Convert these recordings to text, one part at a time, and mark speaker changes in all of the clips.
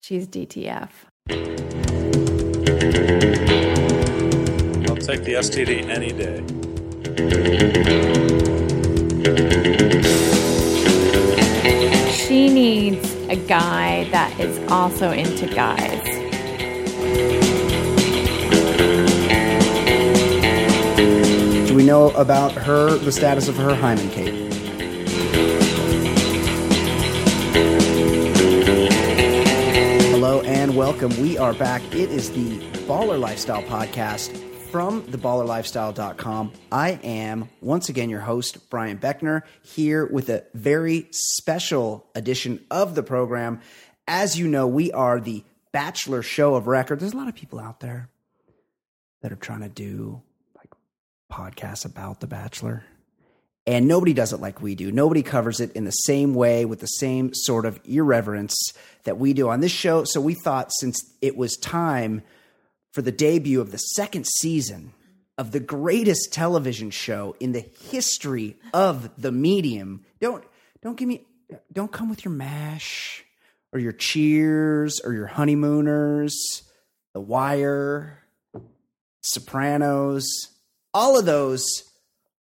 Speaker 1: She's DTF.
Speaker 2: I'll take the STD any day.
Speaker 1: She needs a guy that is also into guys.
Speaker 3: Do we know about her, the status of her hymen cake? Hello and welcome. We are back. It is the Baller Lifestyle Podcast from theballerlifestyle.com. I am once again your host, Brian Beckner, here with a very special edition of the program. As you know, we are the Bachelor Show of Record. There's a lot of people out there that are trying to do like podcasts about The Bachelor. And nobody does it like we do. Nobody covers it in the same way with the same sort of irreverence that we do on this show. So we thought since it was time for the debut of the second season of the greatest television show in the history of the medium, don't don't give me don't come with your mash or your cheers or your honeymooners, the wire, Sopranos, all of those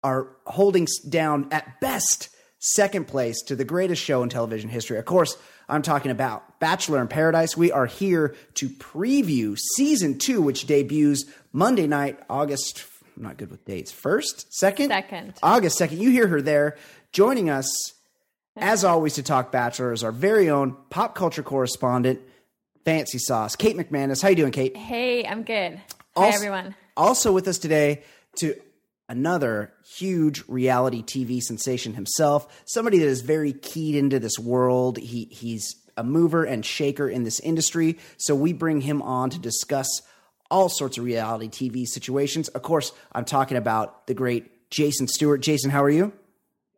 Speaker 3: are holding s- down at best second place to the greatest show in television history. Of course, I'm talking about Bachelor in Paradise. We are here to preview season two, which debuts Monday night, August. I'm not good with dates. First, second,
Speaker 1: Second.
Speaker 3: August second. You hear her there. Joining us, as always, to talk Bachelor is our very own pop culture correspondent, Fancy Sauce, Kate McManus. How you doing, Kate?
Speaker 1: Hey, I'm good. Hi,
Speaker 3: Also-
Speaker 1: everyone.
Speaker 3: Also with us today to another huge reality TV sensation himself, somebody that is very keyed into this world. He he's a mover and shaker in this industry, so we bring him on to discuss all sorts of reality TV situations. Of course, I'm talking about the great Jason Stewart. Jason, how are you?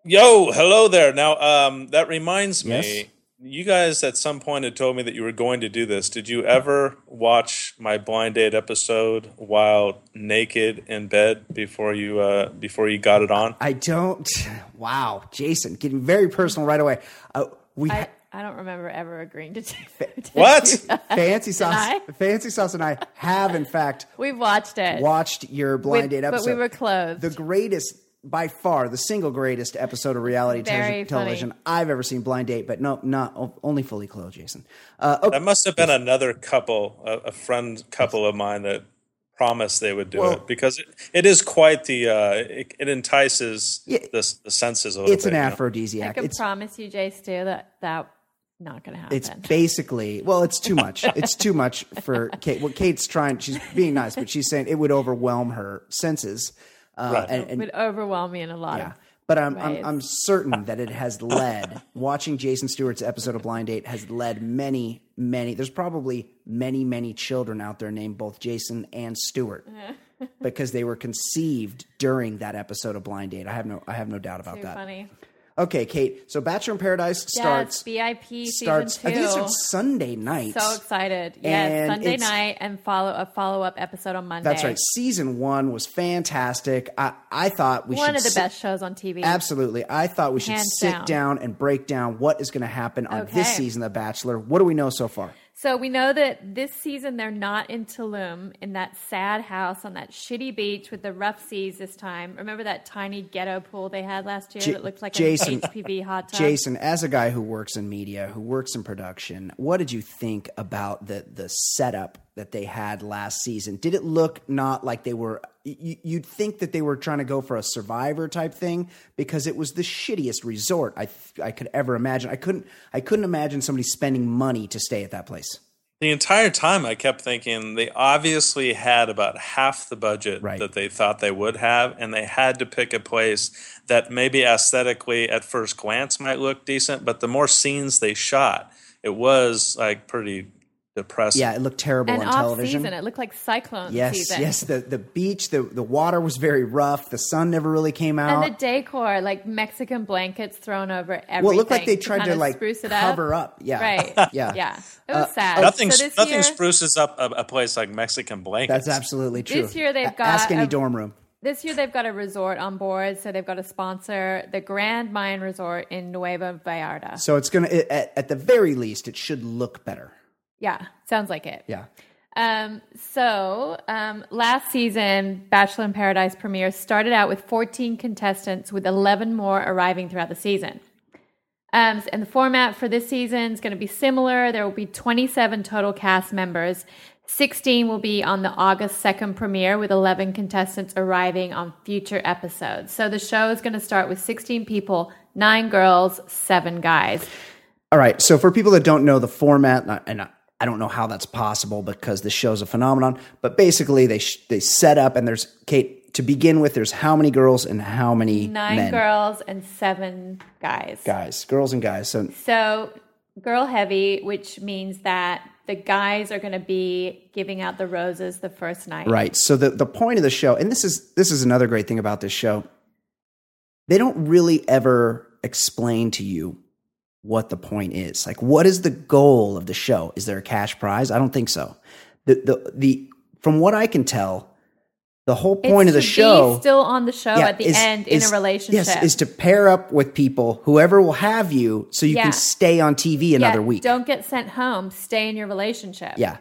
Speaker 2: Yo, hello there. Now, um, that reminds
Speaker 3: Yes?
Speaker 2: me, you guys at some point had told me that you were going to do this. Did you ever watch my blind date episode while naked in bed before you uh, before you got it on?
Speaker 3: I don't. Wow, Jason, getting very personal right away. Uh, we
Speaker 1: I, I don't remember ever agreeing to do to do
Speaker 2: What?
Speaker 1: that.
Speaker 3: fancy sauce,
Speaker 1: I?
Speaker 3: fancy sauce, and I have in fact
Speaker 1: We've watched it.
Speaker 3: watched your blind
Speaker 1: With-
Speaker 3: date
Speaker 1: but
Speaker 3: episode.
Speaker 1: we were clothed.
Speaker 3: The greatest, by far, the single greatest episode of reality te-
Speaker 1: Very funny.
Speaker 3: television I've ever seen. Blind date, but no, not o- only fully clothed, Jason. Uh, okay,
Speaker 2: That must have been another couple, a, a friend couple of mine that promised they would do
Speaker 3: Well-
Speaker 2: it because it, it is quite the uh, it, it entices
Speaker 3: Yeah,
Speaker 2: the, the senses a little
Speaker 3: it's
Speaker 2: bit.
Speaker 3: an
Speaker 2: you know?
Speaker 1: I
Speaker 3: aphrodisiac.
Speaker 1: can
Speaker 3: It's
Speaker 1: promise you, Jay Stu, that that not going to happen.
Speaker 3: it's basically well, it's too much. it's too much for Kate. Well, Kate's trying. She's being nice, but she's saying it would overwhelm her senses. Uh,
Speaker 2: Right.
Speaker 3: and,
Speaker 1: it
Speaker 3: and
Speaker 1: would overwhelm me in a lot
Speaker 3: Yeah.
Speaker 1: of
Speaker 3: But I'm,
Speaker 1: ways.
Speaker 3: I'm I'm certain that it has led watching Jason Stewart's episode of Blind Date has led many many there's probably many many children out there named both Jason and Stewart because they were conceived during that episode of Blind Date. I have no I have no doubt about
Speaker 1: too
Speaker 3: that.
Speaker 1: funny.
Speaker 3: Okay, Kate. So Bachelor in Paradise starts
Speaker 1: yes, BIP
Speaker 3: starts I
Speaker 1: season two.
Speaker 3: think it starts Sunday night.
Speaker 1: so excited. Yes,
Speaker 3: And
Speaker 1: Sunday
Speaker 3: it's-
Speaker 1: night and follow a follow up episode on Monday.
Speaker 3: That's right. Season 1 was fantastic. I I thought we should
Speaker 1: One of the
Speaker 3: sit-
Speaker 1: best shows on TV.
Speaker 3: Absolutely. I thought we should
Speaker 1: Hands
Speaker 3: sit down.
Speaker 1: down.
Speaker 3: and break down what is going to happen on this
Speaker 1: Okay.
Speaker 3: season of The Bachelor. What do we know so far?
Speaker 1: So we know that this season they're not in Tulum in that sad house on that shitty beach with the rough seas this time. Remember that tiny ghetto pool they had last year
Speaker 3: J-
Speaker 1: that looked like
Speaker 3: Jason-
Speaker 1: an HPV hot tub?
Speaker 3: Jason, as a guy who works in media, who works in production, what did you think about the the setup that they had last season? Did it look not like they were you, you'd think that they were trying to go for a survivor type thing because it was the shittiest resort I I could ever imagine. I couldn't I couldn't imagine somebody spending money to stay at that place.
Speaker 2: The entire time, I kept thinking they obviously had about half the budget
Speaker 3: Right.
Speaker 2: that they thought they would have, and they had to pick a place that maybe aesthetically at first glance might look decent, but the more scenes they shot, it was like pretty depressing.
Speaker 3: Yeah, it looked terrible
Speaker 1: and
Speaker 3: on
Speaker 1: off
Speaker 3: television.
Speaker 1: season, it looked like cyclone
Speaker 3: Yes,
Speaker 1: season.
Speaker 3: yes. The the beach, the the water was very rough. The sun never really came
Speaker 1: And
Speaker 3: out.
Speaker 1: the decor, like Mexican blankets thrown over everything.
Speaker 3: well, it looked like they
Speaker 1: kind
Speaker 3: tried to,
Speaker 1: of
Speaker 3: like
Speaker 1: spruce it
Speaker 3: cover
Speaker 1: up.
Speaker 3: up. Yeah,
Speaker 1: Right.
Speaker 3: yeah, Uh,
Speaker 1: Yeah. It was sad.
Speaker 2: Nothing,
Speaker 1: so this
Speaker 2: nothing
Speaker 1: year,
Speaker 2: spruces up a, a place like Mexican blankets.
Speaker 3: That's absolutely true.
Speaker 1: This year they've
Speaker 3: A- ask
Speaker 1: got
Speaker 3: any
Speaker 1: a-
Speaker 3: dorm room.
Speaker 1: This year they've got a resort on board, so they've got a sponsor, the Grand Mayan Resort in Nueva Vallarta.
Speaker 3: So it's gonna it, at, at the very least, it should look better.
Speaker 1: Yeah, sounds like it.
Speaker 3: Yeah.
Speaker 1: Um, so um, last season, Bachelor in Paradise premiere started out with 14 contestants, with 11 more arriving throughout the season. Um, and the format for this season is going to be similar. There will be 27 total cast members. 16 will be on the August 2nd premiere, with 11 contestants arriving on future episodes. So the show is going to start with 16 people, nine girls, seven guys.
Speaker 3: All right. So for people that don't know the format, and I- and I- I don't know how that's possible because the show's a phenomenon, but basically they sh- they set up and there's Kate to begin with. There's how many girls and how many
Speaker 1: Nine
Speaker 3: men?
Speaker 1: girls and seven guys.
Speaker 3: guys, girls and guys. So
Speaker 1: So, girl heavy, which means that the guys are going to be giving out the roses the first night.
Speaker 3: Right. So the, the point of the show, and this is this is another great thing about this show, they don't really ever explain to you what the point is. Like what is the goal of the show? Is there a cash prize? I don't think so. The the the from what I can tell, the whole
Speaker 1: It's
Speaker 3: point of the
Speaker 1: to be
Speaker 3: show
Speaker 1: still on the show
Speaker 3: yeah,
Speaker 1: at the
Speaker 3: is-
Speaker 1: end
Speaker 3: is-
Speaker 1: in a relationship.
Speaker 3: Yes, is to pair up with people, whoever will have you, so you
Speaker 1: Yeah.
Speaker 3: can stay on TV
Speaker 1: Yeah,
Speaker 3: another week.
Speaker 1: Don't get sent home. Stay in your relationship.
Speaker 3: yeah.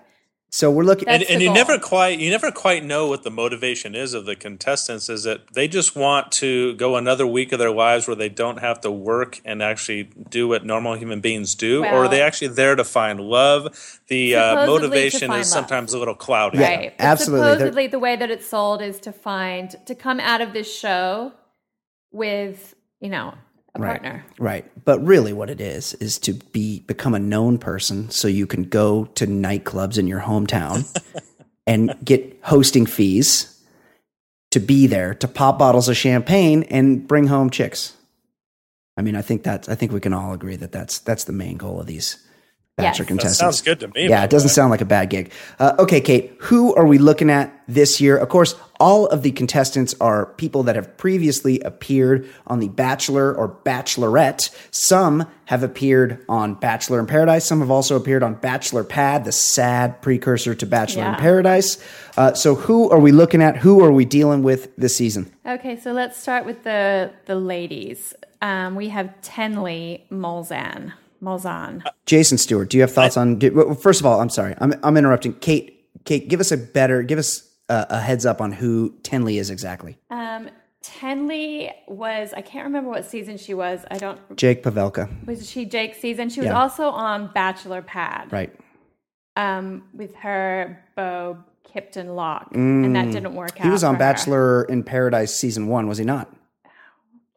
Speaker 3: So we're looking
Speaker 1: That's
Speaker 2: and, and
Speaker 1: the
Speaker 2: you
Speaker 1: goal.
Speaker 2: never quite you never quite know what the motivation is of the contestants is that they just want to go another week of their lives where they don't have to work and actually do what normal human beings do or are
Speaker 1: Well-
Speaker 2: they actually there to find love the uh,
Speaker 1: Supposedly to
Speaker 2: motivation
Speaker 1: find
Speaker 2: is
Speaker 1: love.
Speaker 2: sometimes a little cloudy
Speaker 1: Right. But
Speaker 3: absolutely. They're-
Speaker 1: Supposedly, the way that it's sold is to find, to come out of this show with, you know, a
Speaker 3: Right.
Speaker 1: partner.
Speaker 3: Right. But really what it is is to be become a known person so you can go to nightclubs in your hometown and get hosting fees to be there to pop bottles of champagne and bring home chicks. I mean, I think that's I think we can all agree that that's that's the main goal of these bachelor
Speaker 1: Yes. That
Speaker 2: that
Speaker 3: contestants.
Speaker 2: sounds good to me
Speaker 3: Yeah,
Speaker 2: by
Speaker 3: it
Speaker 2: the
Speaker 3: doesn't
Speaker 2: way.
Speaker 3: sound like a bad gig. Uh, okay, Kate, who are we looking at this year? Of course, all of the contestants are people that have previously appeared on The Bachelor or Bachelorette. Some have appeared on Bachelor in Paradise. Some have also appeared on Bachelor Pad, the sad precursor to Bachelor in
Speaker 1: Yeah.
Speaker 3: Paradise. Uh, so, who are we looking at? Who are we dealing with this season?
Speaker 1: Okay, so let's start with the the ladies. Um, we have Tenley Molzan. Molzan.
Speaker 3: Jason Stewart, do you have thoughts on? Do, well, first of all, I'm sorry, I'm I'm interrupting. Kate, Kate, give us a better, give us a, a heads up on who Tenley is exactly.
Speaker 1: Um, Tenley was I can't remember what season she was. I don't
Speaker 3: Jake Pavelka,
Speaker 1: was she Jake's season. She was
Speaker 3: Yeah.
Speaker 1: also on Bachelor Pad
Speaker 3: right?
Speaker 1: um, with her beau Kipton Locke, and that didn't work out.
Speaker 3: Mm. He was on
Speaker 1: for her.
Speaker 3: Bachelor in Paradise season one, was he not?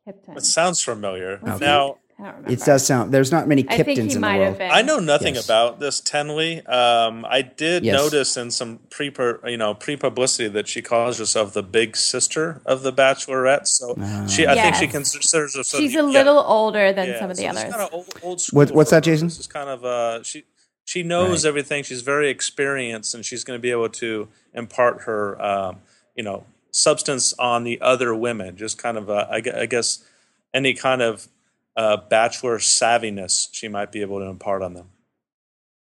Speaker 2: it
Speaker 1: Kipton.
Speaker 2: sounds familiar now
Speaker 1: I don't remember.
Speaker 3: It does sound. There's not many
Speaker 1: I think
Speaker 3: uh, Kiptons
Speaker 1: he
Speaker 3: in the
Speaker 1: might have
Speaker 3: world.
Speaker 1: been.
Speaker 2: I know nothing
Speaker 3: Yes.
Speaker 2: about this Tenley. Um, I did
Speaker 3: Yes.
Speaker 2: notice in some pre you know pre publicity that she calls herself the big sister of the Bachelorette. So
Speaker 3: Ah.
Speaker 2: she, I think she
Speaker 1: Yes.
Speaker 2: considers herself.
Speaker 1: She's a
Speaker 2: yeah,
Speaker 1: little older than
Speaker 2: yeah,
Speaker 1: some of the
Speaker 2: so she's
Speaker 1: others.
Speaker 2: kinda old, old school
Speaker 3: What- what's
Speaker 2: for
Speaker 3: that,
Speaker 2: her.
Speaker 3: Jason?
Speaker 2: This is kind of uh, she. She knows everything. She's very experienced, and she's going to be able to impart her um, you know substance on the other women. Just kind of uh, I, gue- I guess any kind of uh, bachelor savviness she might be able to impart on them.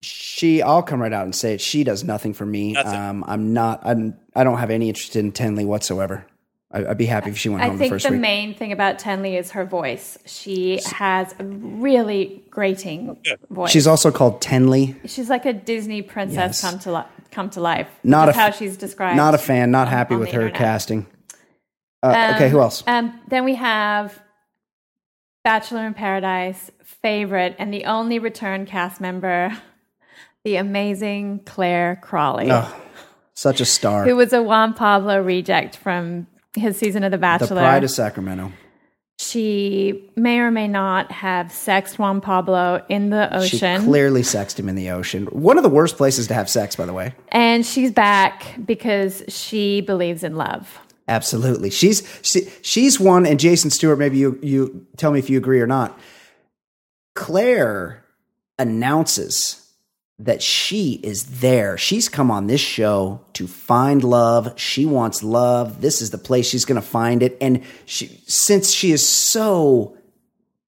Speaker 3: She, I'll come right out and say it. She does nothing for me.
Speaker 2: Nothing.
Speaker 3: Um, I'm not. I'm. I don't have any interest in Tenley whatsoever. I, I'd be happy if she went
Speaker 1: I
Speaker 3: home the
Speaker 1: think
Speaker 3: first
Speaker 1: the
Speaker 3: week.
Speaker 1: main thing about Tenley is her voice. She has a really grating voice.
Speaker 3: She's also called Tenley.
Speaker 1: She's like a Disney princess
Speaker 3: Yes.
Speaker 1: come to li- come to life.
Speaker 3: Not
Speaker 1: That's
Speaker 3: a
Speaker 1: how
Speaker 3: f-
Speaker 1: she's described.
Speaker 3: Not a fan. Not happy
Speaker 1: on
Speaker 3: with
Speaker 1: the
Speaker 3: her
Speaker 1: internet.
Speaker 3: casting. Uh, okay, who else?
Speaker 1: Um, then we have Bachelor in Paradise favorite and the only return cast member, the amazing Claire Crawley,
Speaker 3: Such a star.
Speaker 1: who was a Juan Pablo reject from his season of The
Speaker 3: the
Speaker 1: Bachelor.
Speaker 3: pride of Sacramento.
Speaker 1: she may or may not have sexed Juan Pablo in the
Speaker 3: She
Speaker 1: ocean.
Speaker 3: clearly sexed him in the ocean. One of the worst places to have sex, by the way.
Speaker 1: and she's back because she believes in love.
Speaker 3: Absolutely. She's she, she's one and Jason Stewart maybe you you tell me if you agree or not. Claire announces that she is there. She's come on this show to find love. She wants love. This is the place she's going to find it and she since she is so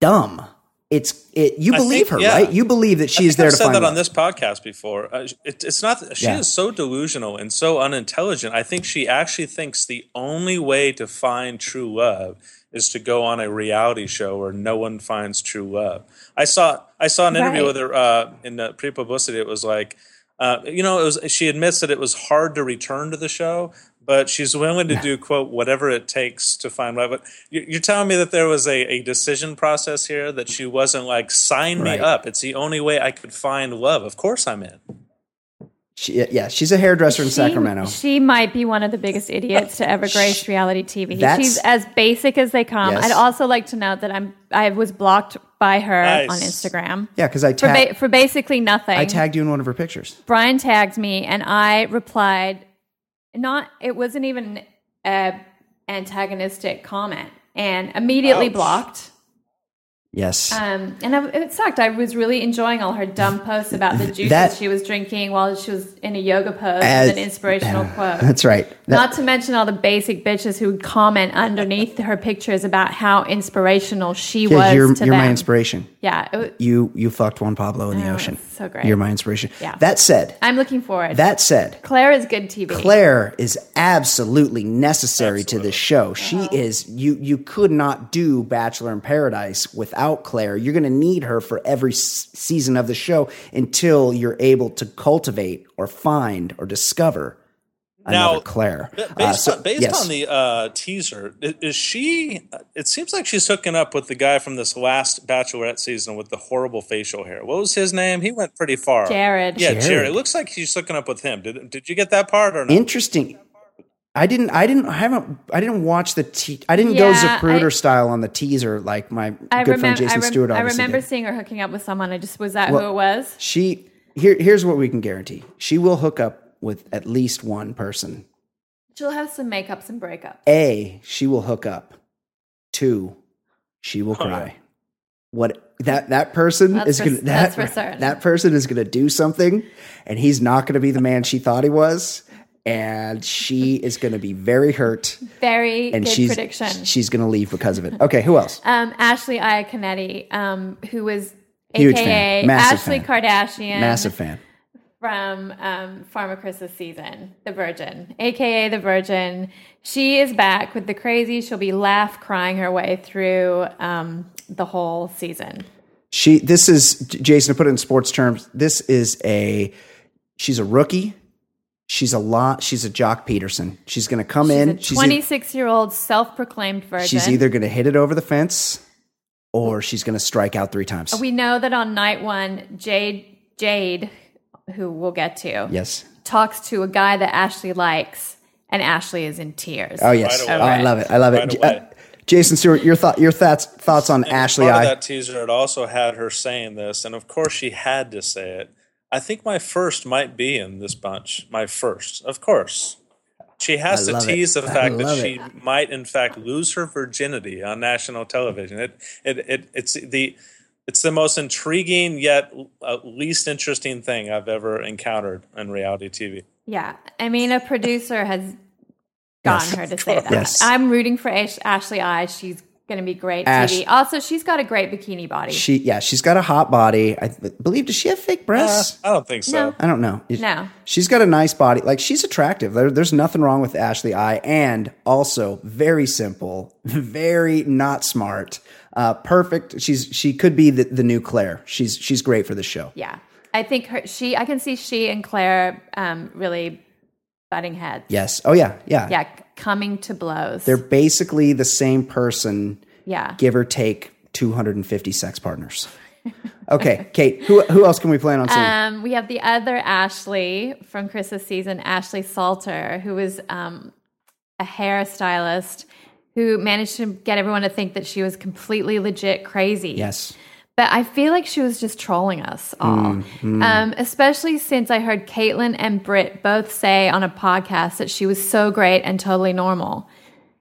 Speaker 3: dumb, it's it you
Speaker 2: I
Speaker 3: believe
Speaker 2: think-
Speaker 3: her,
Speaker 2: yeah.
Speaker 3: right? You believe that she
Speaker 2: I
Speaker 3: is
Speaker 2: think
Speaker 3: there
Speaker 2: I've
Speaker 3: to
Speaker 2: said
Speaker 3: find
Speaker 2: that
Speaker 3: love.
Speaker 2: on this podcast before. Uh, it, it's not. She
Speaker 3: Yeah.
Speaker 2: is so delusional and so unintelligent. I think she actually thinks the only way to find true love is to go on a reality show where no one finds true love. I saw. I saw an interview
Speaker 1: Right.
Speaker 2: with her uh, in the uh, pre-publicity. It was like. Uh, you know, it was, she admits that it was hard to return to the show, but she's willing to do quote whatever it takes to find right. But you're telling me that there was a, a decision process here that she wasn't like sign me
Speaker 3: Right.
Speaker 2: up. It's the only way I could find love. Of course I'm in.
Speaker 3: She, yeah, she's a hairdresser in
Speaker 1: She-
Speaker 3: Sacramento.
Speaker 1: She might be one of the biggest idiots to ever grace reality TV.
Speaker 3: That's-
Speaker 1: She's as basic as they come.
Speaker 3: Yes.
Speaker 1: I'd also like to note that I'm I was blocked by her
Speaker 2: Nice.
Speaker 1: on Instagram
Speaker 3: yeah, because I
Speaker 1: for
Speaker 3: tagged
Speaker 1: ba- for basically nothing.
Speaker 3: I tagged you in one of her pictures.
Speaker 1: Brian tagged me and I replied not it wasn't even a antagonistic comment and immediately
Speaker 2: Ouch.
Speaker 1: blocked.
Speaker 3: Yes,
Speaker 1: Um, and I, it sucked. I was really enjoying all her dumb posts about the juices
Speaker 3: That-
Speaker 1: she was drinking while she was in a yoga pose
Speaker 3: As-
Speaker 1: with an inspirational quote.
Speaker 3: that's right. That-
Speaker 1: Not to mention all the basic bitches who would comment underneath her pictures about how inspirational she
Speaker 3: yeah,
Speaker 1: was
Speaker 3: you're
Speaker 1: to
Speaker 3: you're
Speaker 1: them.
Speaker 3: my inspiration.
Speaker 1: Yeah, it was,
Speaker 3: You you fucked Juan Pablo in the ocean.
Speaker 1: that's so great.
Speaker 3: You're my inspiration.
Speaker 1: Yeah.
Speaker 3: That said,
Speaker 1: I'm looking forward.
Speaker 3: that said,
Speaker 1: Claire is good TV.
Speaker 3: Claire is absolutely necessary to this show. She
Speaker 1: Uh-huh.
Speaker 3: is you you could not do Bachelor in Paradise without Claire. You're going to need her for every s- season of the show until you're able to cultivate or find or discover
Speaker 2: Now,
Speaker 3: another Claire.
Speaker 2: Ba-
Speaker 3: Uh,
Speaker 2: Based,
Speaker 3: so-
Speaker 2: on, based
Speaker 3: yes.
Speaker 2: on the uh, teaser, i- is she? uh, It seems like she's hooking up with the guy from this last Bachelorette season with the horrible facial hair. What was his name? He went pretty far.
Speaker 1: Jared.
Speaker 2: Yeah, Jared.
Speaker 3: Jared.
Speaker 2: It looks like she's hooking up with him. Did Did you get that part or not?
Speaker 3: interesting I didn't. I didn't. I haven't. I didn't watch the. Te- I didn't go
Speaker 1: Yeah,
Speaker 3: Zapruder
Speaker 1: I-
Speaker 3: style on the teaser like my
Speaker 1: I
Speaker 3: good friend
Speaker 1: remember.
Speaker 3: Jason
Speaker 1: I, rem-
Speaker 3: Stewart.
Speaker 1: I
Speaker 3: Obviously
Speaker 1: remember
Speaker 3: did.
Speaker 1: seeing her hooking up with someone. I just was that
Speaker 3: Well-
Speaker 1: who it was.
Speaker 3: She here. Here's what we can guarantee: she will hook up with at least one person.
Speaker 1: She'll have some makeups and breakups.
Speaker 3: A, she will hook up. Two, she will cry. What that that person
Speaker 1: That's
Speaker 3: is
Speaker 1: for-
Speaker 3: gonna that,
Speaker 1: that's for certain.
Speaker 3: that person is gonna do something, and he's not gonna be the man she thought he was, and she is gonna be very hurt,
Speaker 1: Very
Speaker 3: and
Speaker 1: good
Speaker 3: she's
Speaker 1: prediction.
Speaker 3: she's gonna leave because of it. Okay, who else?
Speaker 1: um, Ashley Iaconetti, um, who was
Speaker 3: Huge
Speaker 1: AKA
Speaker 3: fan. Massive
Speaker 1: Ashley
Speaker 3: fan.
Speaker 1: Kardashian,
Speaker 3: Massive fan.
Speaker 1: from um, Pharma Chris's season, The Virgin, aka The Virgin. She is back with the crazy. She'll be laugh crying her way through um, the whole season.
Speaker 3: She this is J- Jason to put it in sports terms, this is a she's a rookie. She's a lot she's a jock Peterson. She's gonna come
Speaker 1: She's a
Speaker 3: in.
Speaker 1: 26 year old self proclaimed virgin.
Speaker 3: She's either going to hit it over the fence or she's going to strike out three times.
Speaker 1: We know that on night one, Jade, Jade, who we'll get to,
Speaker 3: yes.
Speaker 1: talks to a guy that Ashley likes, and Ashley is in tears.
Speaker 3: Oh, yes.
Speaker 2: Right away.
Speaker 3: Oh, I love it. I love
Speaker 2: Right
Speaker 3: it. J-
Speaker 2: away.
Speaker 3: uh, Jason Stewart, your thought, your thoughts, thoughts on
Speaker 2: And as
Speaker 3: Ashley?
Speaker 2: Part of
Speaker 3: I
Speaker 2: that teaser, it also had her saying this, and of course she had to say it. I think my first might be in this bunch. My first, of course. She has
Speaker 3: I
Speaker 2: to
Speaker 3: love it.
Speaker 2: tease the
Speaker 3: I
Speaker 2: fact that
Speaker 3: love
Speaker 2: she might, in fact, lose her virginity on national television. It, it, it, it's the, it's the most intriguing yet uh, least interesting thing I've ever encountered in reality TV.
Speaker 1: Yeah. I mean, a producer has gotten her to say that.
Speaker 3: Yes.
Speaker 1: I'm rooting for Ash- Ashley I. She's going to be great
Speaker 3: Ash-
Speaker 1: TV. Also, she's got a great bikini body.
Speaker 3: she, yeah, she's got a hot body. I th- believe. Does she have fake
Speaker 2: Uh,
Speaker 3: breasts?
Speaker 2: I don't think so.
Speaker 1: No.
Speaker 3: I don't know. It-
Speaker 1: No.
Speaker 3: She's got a nice body. Like she's attractive. There, there's nothing wrong with Ashley I. And also very simple, very not smart. Uh, perfect. She's she could be the, the new Claire. She's she's great for the show.
Speaker 1: yeah. I think her, she, I can see she and Claire um, really butting heads.
Speaker 3: Yes. Oh yeah. Yeah.
Speaker 1: Yeah. Coming to blows.
Speaker 3: They're basically the same person,
Speaker 1: yeah.
Speaker 3: give or take 250 sex partners. Okay, Kate, who, who else can we plan on seeing?
Speaker 1: Um, we have the other Ashley from Chris's season, Ashley Salter, who was um, a hairstylist who managed to get everyone to think that she was completely legit crazy.
Speaker 3: yes.
Speaker 1: But I feel like she was just trolling us all,
Speaker 3: Mm,
Speaker 1: um, especially since I heard Caitlin and Britt both say on a podcast that she was so great and totally normal.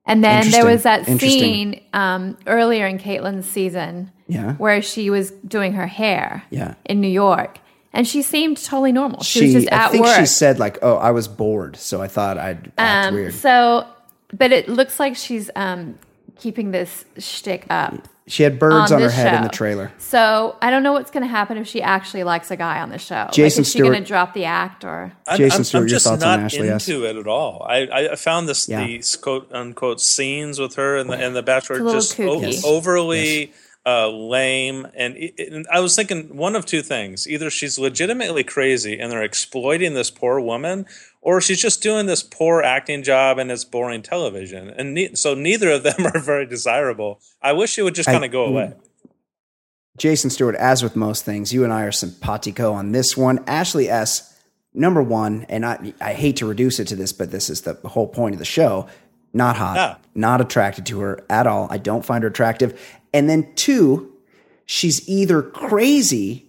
Speaker 1: And then there
Speaker 3: Interesting.
Speaker 1: was that
Speaker 3: Interesting.
Speaker 1: scene um, earlier in Caitlin's season
Speaker 3: Yeah.
Speaker 1: where she was doing her hair
Speaker 3: Yeah.
Speaker 1: in New York. And she seemed totally normal. She, was just
Speaker 3: I
Speaker 1: at
Speaker 3: think
Speaker 1: work.
Speaker 3: she said like, "Oh, I was bored, so I thought I'd act
Speaker 1: Um,
Speaker 3: weird."
Speaker 1: So, but it looks like she's um, keeping this shtick up.
Speaker 3: She had birds
Speaker 1: on
Speaker 3: on, her
Speaker 1: this
Speaker 3: head in
Speaker 1: show.
Speaker 3: the trailer.
Speaker 1: So I don't know what's going to happen if she actually likes a guy on the show.
Speaker 3: Jason
Speaker 1: like, is she going
Speaker 3: Stewart-
Speaker 1: to drop the act or?
Speaker 2: I'm,
Speaker 3: Jason
Speaker 2: I'm-
Speaker 3: Stewart,
Speaker 2: I'm
Speaker 3: your
Speaker 2: just
Speaker 3: thoughts on
Speaker 2: not
Speaker 3: Ashley S?
Speaker 2: into it at all. I, I- I found this
Speaker 3: Yeah.
Speaker 2: these quote unquote scenes with her and the and the Bachelor
Speaker 1: little
Speaker 2: just o-
Speaker 1: kooky. Yes.
Speaker 2: overly uh, lame. And, it, and I was thinking one of two things: either she's legitimately crazy and they're exploiting this poor woman, or she's just doing this poor acting job and it's boring television. And ne- so neither of them are very desirable. I wish it would just kind of go away.
Speaker 3: Jason Stewart, as with most things, you and I are simpatico on this one. Ashley S, number one, and I, I hate to reduce it to this, but this is the whole point of the show. Not hot,
Speaker 2: Yeah.
Speaker 3: not attracted to her at all. I don't find her attractive. And then two, she's either crazy,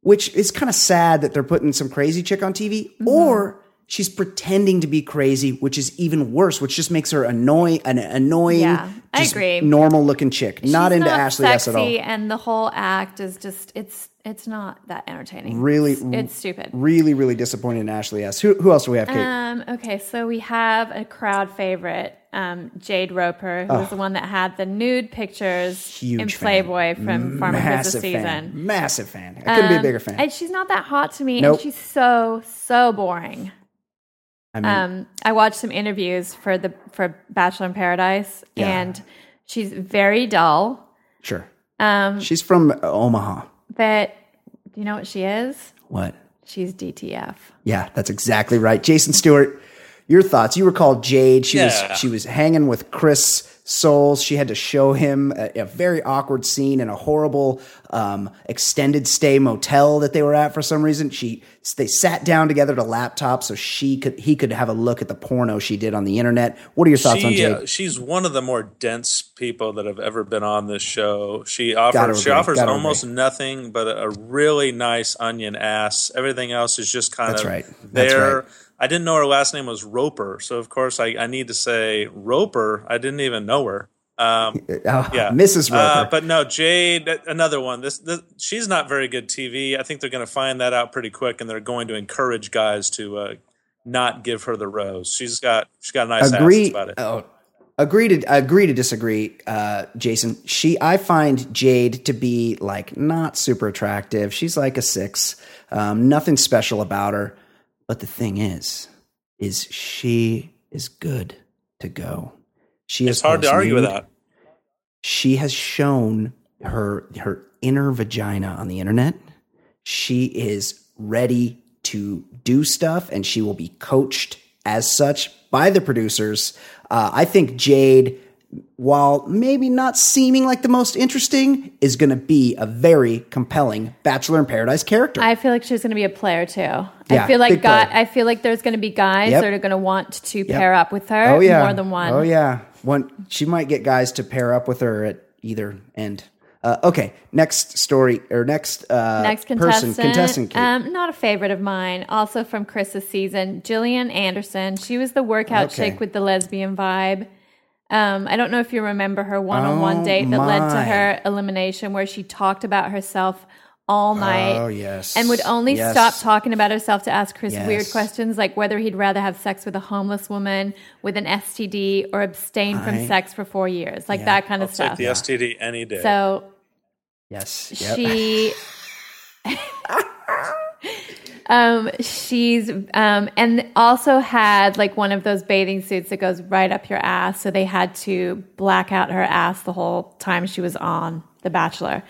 Speaker 3: which is kind of sad that they're putting some crazy chick on TV,
Speaker 1: Mm-hmm.
Speaker 3: or she's pretending to be crazy, which is even worse, which just makes her annoy an annoying,
Speaker 1: Yeah, I
Speaker 3: just
Speaker 1: agree.
Speaker 3: normal looking chick. not
Speaker 1: She's
Speaker 3: into Ashley S at all.
Speaker 1: sexy, And the whole act is just it's it's not that entertaining.
Speaker 3: Really,
Speaker 1: it's, it's stupid.
Speaker 3: Really, really disappointed in Ashley S. Who, who else do we have, Kate?
Speaker 1: Um, okay, so we have a crowd favorite, um, Jade Roper, who was the one that had the nude pictures
Speaker 3: Huge
Speaker 1: in
Speaker 3: fan.
Speaker 1: Playboy from Farmer Chris's
Speaker 3: massive
Speaker 1: season.
Speaker 3: fan. Massive fan. I couldn't be a bigger fan.
Speaker 1: Um, And she's not that hot to me,
Speaker 3: Nope.
Speaker 1: and she's so so boring.
Speaker 3: I mean,
Speaker 1: Um, I watched some interviews for the for Bachelor in Paradise,
Speaker 3: Yeah.
Speaker 1: and she's very dull.
Speaker 3: sure.
Speaker 1: Um,
Speaker 3: She's from uh, Omaha.
Speaker 1: but do you know what she is?
Speaker 3: What?
Speaker 1: She's DTF.
Speaker 3: Yeah, that's exactly right. Jason Stewart, your thoughts. You recall Jade. She
Speaker 2: Yeah.
Speaker 3: was she was hanging with Chris Souls. She had to show him a, a very awkward scene in a horrible um, extended stay motel that they were at for some reason. She they sat down together at a laptop so she could he could have a look at the porno she did on the internet. What are your thoughts on
Speaker 2: she,
Speaker 3: Jade?
Speaker 2: uh, she's one of the more dense people that have ever been on this show. She
Speaker 3: Gotta
Speaker 2: offers she
Speaker 3: agree,
Speaker 2: offers
Speaker 3: gotta
Speaker 2: almost nothing but a, a really nice onion ass. Everything else is just kind
Speaker 3: That's
Speaker 2: of
Speaker 3: right. That's
Speaker 2: there.
Speaker 3: right.
Speaker 2: I didn't know her last name was Roper, so of course I, I need to say Roper. I didn't even know her. Um,
Speaker 3: Oh,
Speaker 2: yeah,
Speaker 3: Mrs. Roper.
Speaker 2: Uh, but no, Jade, another one. This, this she's not very good TV. I think they're going to find that out pretty quick, and they're going to encourage guys to uh, not give her the rose. She's got she's got a nice ass
Speaker 3: agree.
Speaker 2: about it.
Speaker 3: Oh, agree to agree to disagree, uh, Jason. She, I find Jade to be like not super attractive. She's like a six. Um, nothing special about her. But the thing is, is she is good to go. She
Speaker 2: it's
Speaker 3: is
Speaker 2: hard to
Speaker 3: both
Speaker 2: argue with
Speaker 3: nude.
Speaker 2: that.
Speaker 3: She has shown her her inner vagina on the internet. She is ready to do stuff, and she will be coached as such by the producers. Uh, I think Jade, while maybe not seeming like the most interesting, is going to be a very compelling Bachelor in Paradise character.
Speaker 1: I feel like she's going to be a player too.
Speaker 3: Yeah,
Speaker 1: I feel
Speaker 3: big
Speaker 1: like guy,
Speaker 3: player.
Speaker 1: I feel like there's going to be guys
Speaker 3: Yep.
Speaker 1: that are going to want to pair up with her
Speaker 3: oh yeah,
Speaker 1: more than one.
Speaker 3: Oh yeah, one. She might get guys to pair up with her at either end. Uh, okay, next story or next uh,
Speaker 1: Next
Speaker 3: person
Speaker 1: contestant,
Speaker 3: contestant. Kate.
Speaker 1: um, not a favorite of mine. Also from Chris's season, Jillian Anderson. She was the workout
Speaker 3: Okay.
Speaker 1: chick with the lesbian vibe. Um, I don't know if you remember her one-on-one
Speaker 3: Oh,
Speaker 1: date that led to
Speaker 3: my.
Speaker 1: her elimination, where she talked about herself all night.
Speaker 3: Oh yes.
Speaker 1: and would only
Speaker 3: Yes.
Speaker 1: stop talking about herself to ask Chris weird
Speaker 3: Yes.
Speaker 1: questions like whether he'd rather have sex with a homeless woman with an STD or abstain from
Speaker 3: I-
Speaker 1: sex for four years, like
Speaker 3: Yeah.
Speaker 1: that kind of
Speaker 2: It's like
Speaker 1: stuff.
Speaker 2: the STD any day.
Speaker 1: So
Speaker 3: Yes. Yep.
Speaker 1: she. um she's um and also had like one of those bathing suits that goes right up your ass so they had to black out her ass the whole time she was on the bachelor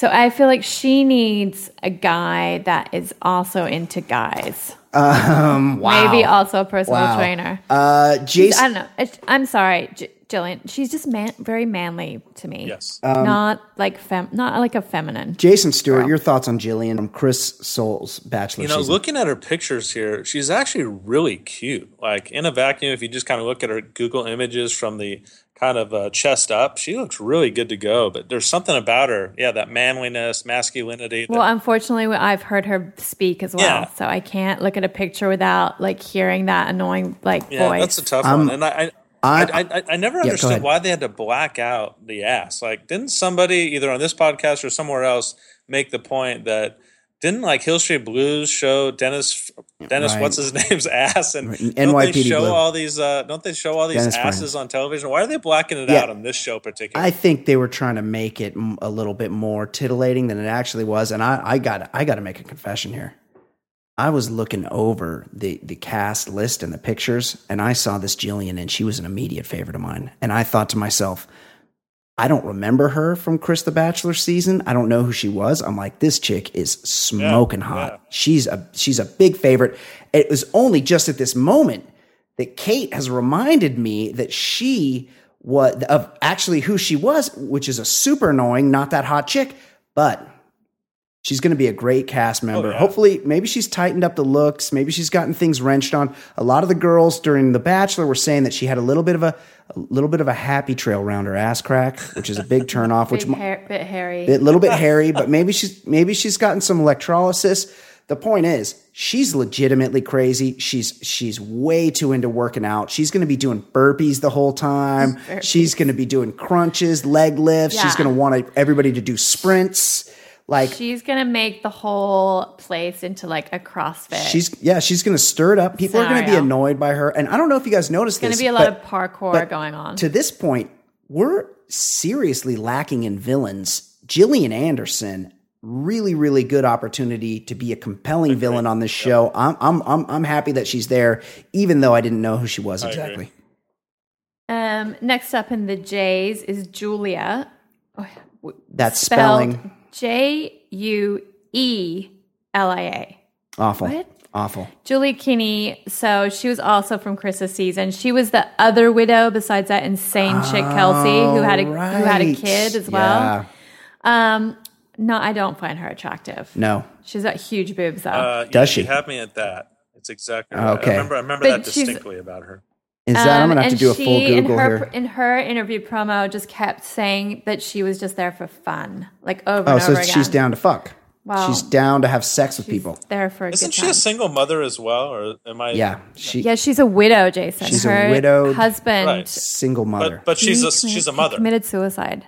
Speaker 1: so i feel like she needs a guy that is also into guys
Speaker 3: um. Wow.
Speaker 1: maybe also a personal
Speaker 3: Wow.
Speaker 1: trainer
Speaker 3: Uh,
Speaker 1: i
Speaker 3: Jason.
Speaker 1: don't know It's- i'm sorry J- jillian she's just man- very manly to me
Speaker 2: yes,
Speaker 1: not like fem not like a feminine
Speaker 3: Jason Stewart, your thoughts on Jillian from Chris Soule's Bachelor
Speaker 2: you know,
Speaker 3: season?
Speaker 2: looking at her pictures here, she's actually really cute. Like in a vacuum, if you just kind of look at her Google images from the kind of uh, chest up, she looks really good to go. But there's something about her, yeah, that manliness, masculinity.
Speaker 1: Well,
Speaker 2: that,
Speaker 1: unfortunately, I've heard her speak as well,
Speaker 2: Yeah.
Speaker 1: so I can't look at a picture without like hearing that annoying like
Speaker 2: yeah,
Speaker 1: voice.
Speaker 2: that's a tough one. And I, I,
Speaker 3: Um, I-
Speaker 2: I, I, I never
Speaker 3: go
Speaker 2: understood
Speaker 3: ahead.
Speaker 2: why they had to black out the ass. Like, didn't somebody either on this podcast or somewhere else make the point that? Didn't like Hill Street Blues show Dennis Dennis
Speaker 3: Right.
Speaker 2: what's his name's ass and
Speaker 3: Right, and
Speaker 2: don't they
Speaker 3: NYPD
Speaker 2: show
Speaker 3: Blue.
Speaker 2: all these uh, don't they show all these
Speaker 3: Dennis Franz.
Speaker 2: asses on television? Why are they blacking it
Speaker 3: Yeah.
Speaker 2: out on this show particularly?
Speaker 3: I think they were trying to make it m- a little bit more titillating than it actually was, and I, I got I got to make a confession here. I was looking over the the cast list and the pictures, and I saw this Jillian, and she was an immediate favorite of mine. And I thought to myself, I don't remember her from Chris the Bachelor season. I don't know who she was. I'm like, this chick is smoking
Speaker 2: Yeah,
Speaker 3: hot.
Speaker 2: yeah.
Speaker 3: She's a she's a big favorite. It was only just at this moment that Kate has reminded me that she was of actually who she was, which is a super annoying, not that hot chick, but she's going to be a great cast member.
Speaker 2: yeah.
Speaker 3: Hopefully, maybe she's tightened up the looks, maybe she's gotten things wrenched on. A lot of the girls during The Bachelor were saying that she had a little bit of a, a little bit of a happy trail around her ass crack, which is a big turnoff. which
Speaker 1: Big hair, bit hairy.
Speaker 3: a little bit hairy, but maybe she's maybe she's gotten some electrolysis. The point is, she's legitimately crazy. She's she's way too into working out. She's going to be doing burpees the whole time. She's going to be doing crunches, leg lifts. She's
Speaker 1: Yeah.
Speaker 3: going to want everybody to do sprints. Like
Speaker 1: She's gonna make the whole place into like a CrossFit.
Speaker 3: she's yeah, she's going to stir it up. People are going to be
Speaker 1: Scenario.
Speaker 3: annoyed by her. And I don't know if you guys noticed
Speaker 1: gonna
Speaker 3: this.
Speaker 1: be a lot
Speaker 3: but-
Speaker 1: of parkour
Speaker 3: but
Speaker 1: going on.
Speaker 3: To this point, we're seriously lacking in villains. Gillian Anderson, really, really good opportunity to be a compelling villain on this show. I'm, I'm, I'm, I'm happy that she's there, even though I didn't know who she was
Speaker 2: agree.
Speaker 3: exactly.
Speaker 1: um, next up in the J's is Julia.
Speaker 3: That's
Speaker 1: spelled
Speaker 3: spelling
Speaker 1: J U E L I A.
Speaker 3: awful,
Speaker 1: What?
Speaker 3: awful.
Speaker 1: Julie Kinney. So she was also from Chris's season. She was the other widow besides that insane chick Kelsey who had a who had a
Speaker 3: Right.
Speaker 1: kid as
Speaker 3: Yeah.
Speaker 1: well. Um, no, I don't find her attractive.
Speaker 3: No,
Speaker 1: She's got huge boobs though.
Speaker 2: Uh,
Speaker 3: Does
Speaker 2: you- you
Speaker 3: she?
Speaker 2: have me at that. It's exactly right.
Speaker 3: Okay.
Speaker 2: I remember, I remember
Speaker 1: But
Speaker 2: that
Speaker 1: she's-
Speaker 2: distinctly about her.
Speaker 3: is that I'm
Speaker 1: Um,
Speaker 3: gonna have to
Speaker 1: and
Speaker 3: do a full
Speaker 1: she, in
Speaker 3: Google
Speaker 1: her,
Speaker 3: here.
Speaker 1: In her interview promo, just kept saying that she was just there for fun, like over
Speaker 3: Oh,
Speaker 1: and
Speaker 3: so
Speaker 1: over again.
Speaker 3: she's down to fuck.
Speaker 1: Wow.
Speaker 3: She's down to have sex with people.
Speaker 1: there for a
Speaker 2: Isn't
Speaker 1: good
Speaker 2: she
Speaker 1: time.
Speaker 2: a single mother as well? Or am I?
Speaker 3: Yeah, she
Speaker 1: yeah, she's a widow, Jason.
Speaker 3: She's a
Speaker 1: her
Speaker 3: widowed-
Speaker 1: husband.
Speaker 2: Right.
Speaker 3: single mother.
Speaker 2: But but she's
Speaker 1: he
Speaker 2: a
Speaker 1: committed-
Speaker 2: she's a
Speaker 1: he
Speaker 2: mother.
Speaker 1: Committed suicide.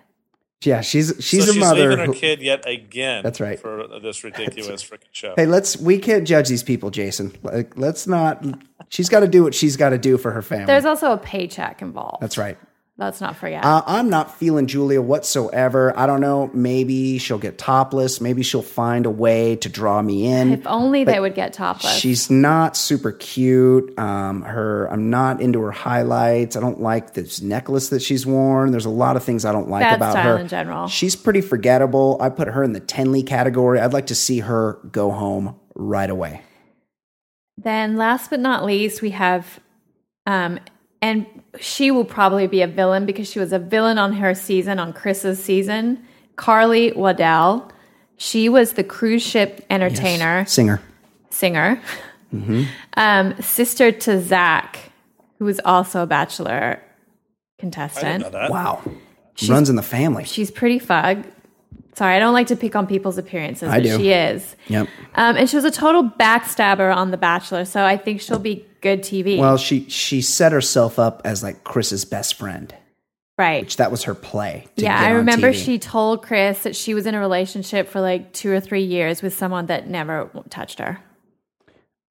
Speaker 3: yeah, she's she's
Speaker 2: so
Speaker 3: a
Speaker 2: she's
Speaker 3: mother.
Speaker 2: leaving her
Speaker 3: who-
Speaker 2: kid yet again.
Speaker 3: That's right.
Speaker 2: For this ridiculous freaking show.
Speaker 3: Hey, let's we can't judge these people, Jason. Like, let's not. She's got to do what she's got to do for her family.
Speaker 1: There's also a paycheck involved.
Speaker 3: That's right.
Speaker 1: Let's not forget.
Speaker 3: Uh, I'm not feeling Julia whatsoever. I don't know. Maybe she'll get topless. Maybe she'll find a way to draw me in.
Speaker 1: if only they would get topless.
Speaker 3: She's not super cute. Um, her, I'm not into her highlights. I don't like this necklace that she's worn. There's a lot of things I don't like
Speaker 1: Bad
Speaker 3: about
Speaker 1: style
Speaker 3: her.
Speaker 1: in general.
Speaker 3: She's pretty forgettable. I put her in the Tenley category. I'd like to see her go home right away.
Speaker 1: Then, last but not least, we have, um, and she will probably be a villain because she was a villain on her season, on Chris's season. Carly Waddell. She was the cruise ship entertainer,
Speaker 3: Singer.
Speaker 1: singer,
Speaker 3: Mm-hmm.
Speaker 1: um, sister to Zach, who was also a bachelor
Speaker 2: I didn't know
Speaker 1: contestant.
Speaker 2: that.
Speaker 3: Wow. Runs in the family.
Speaker 1: She's pretty fug. Sorry, I don't like to pick on people's appearances,
Speaker 3: I
Speaker 1: but
Speaker 3: do.
Speaker 1: she is.
Speaker 3: Yep.
Speaker 1: Um, and she was a total backstabber on The Bachelor, so I think she'll be good TV.
Speaker 3: Well, she she set herself up as like Chris's best friend.
Speaker 1: right.
Speaker 3: That was her play. to
Speaker 1: Yeah,
Speaker 3: get
Speaker 1: I
Speaker 3: on
Speaker 1: remember
Speaker 3: TV.
Speaker 1: she told Chris that she was in a relationship for like two or three years with someone that never w- touched her.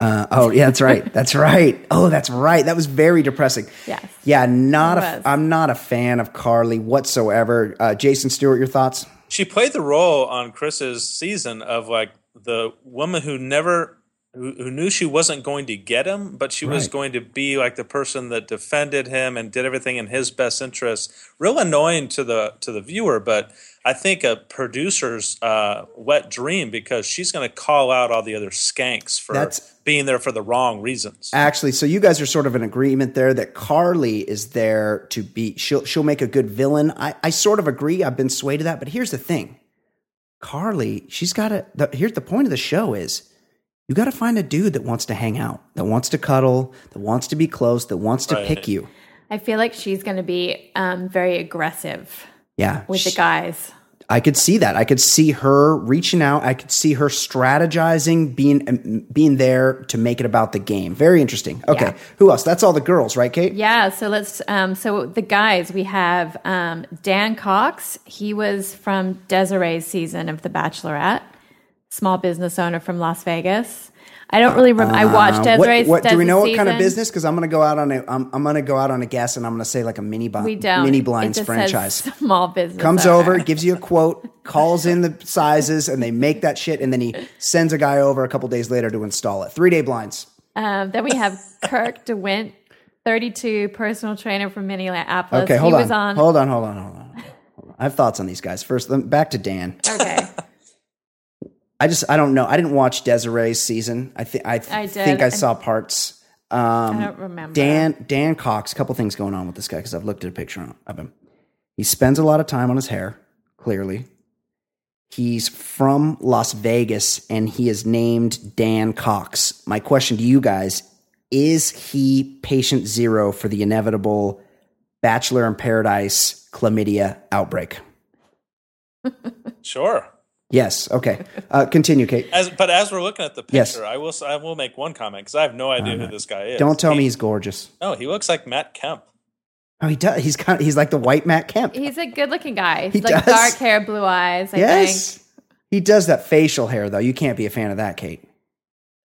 Speaker 3: Uh, oh yeah, that's right. That's right. Oh, that's right. That was very depressing.
Speaker 1: Yes.
Speaker 3: Yeah, not
Speaker 1: It
Speaker 3: a.
Speaker 1: was.
Speaker 3: I'm not a fan of Carly whatsoever. Uh, Jason Stewart, your thoughts?
Speaker 2: She played the role on Chris's season of like the woman who never who, who knew she wasn't going to get him, but she was
Speaker 3: Right.
Speaker 2: going to be like the person that defended him and did everything in his best interest. Real annoying to the to the viewer, but I think a producer's uh, wet dream because she's going to call out all the other skanks for
Speaker 3: That's-
Speaker 2: being there for the wrong reasons.
Speaker 3: Actually, so you guys are sort of in agreement there that Carly is there to be. She'll she'll make a good villain. I I sort of agree. I've been swayed to that. But here's the thing, Carly. She's got to. The, here's the point of the show is. You got to find a dude that wants to hang out, that wants to cuddle, that wants to be close, that wants to
Speaker 2: Right.
Speaker 3: pick you.
Speaker 1: I feel like she's going to be um, very aggressive
Speaker 3: Yeah.
Speaker 1: with the
Speaker 3: she-
Speaker 1: guys.
Speaker 3: I could see that. I could see her reaching out. I could see her strategizing, being um, being there to make it about the game. Very interesting. Okay,
Speaker 1: Yeah.
Speaker 3: who else? That's all the girls, right, Kate?
Speaker 1: Yeah, so let's. Um, so the guys we have um, Dan Cox. He was from Desiree's season of The Bachelorette. Small business owner from Las Vegas. I don't really. Rem- I watched
Speaker 3: Uh,
Speaker 1: Desiree's.
Speaker 3: what, what do we
Speaker 1: Desi's
Speaker 3: know? What kind of
Speaker 1: season.
Speaker 3: business? Because I'm going to go out on a I'm, I'm going to go out on a guess, and I'm going to say like a mini bond,
Speaker 1: We don't.
Speaker 3: mini
Speaker 1: It
Speaker 3: blinds
Speaker 1: just says
Speaker 3: franchise.
Speaker 1: small business
Speaker 3: Comes
Speaker 1: owner.
Speaker 3: over, gives you a quote, calls in the sizes, and they make that shit, and then he sends a guy over a couple days later to install it. Three day blinds.
Speaker 1: Um, then we have Kirk DeWint, 32, personal trainer from Minneapolis.
Speaker 3: Okay, hold
Speaker 1: he
Speaker 3: on.
Speaker 1: was on.
Speaker 3: hold on, hold on, hold on. hold on. I have thoughts on these guys. First, them- back to Dan.
Speaker 1: Okay.
Speaker 3: I just I don't know. I didn't watch Desiree's season. I think I, th-
Speaker 1: I did.
Speaker 3: think I
Speaker 1: I-
Speaker 3: saw parts. Um,
Speaker 1: I don't remember.
Speaker 3: Dan Dan Cox. A couple things going on with this guy because I've looked at a picture on- of him. He spends a lot of time on his hair. Clearly, he's from Las Vegas and he is named Dan Cox. My question to you guys is: He patient zero for the inevitable Bachelor in Paradise chlamydia outbreak?
Speaker 2: Sure.
Speaker 3: Yes. Okay. Uh, continue, Kate.
Speaker 2: As but as we're looking at the picture,
Speaker 3: Yes.
Speaker 2: I will s- I will make one comment because I have no idea who this guy is.
Speaker 3: Don't tell
Speaker 2: He-
Speaker 3: me he's gorgeous.
Speaker 2: No, he looks like Matt Kemp.
Speaker 3: Oh, he does. He's kind. He's like the white Matt Kemp.
Speaker 1: He's a good looking guy.
Speaker 3: He
Speaker 1: He's like
Speaker 3: does?
Speaker 1: dark hair, blue eyes, I think.
Speaker 3: yes, he does that facial hair though. You can't be a fan of that, Kate.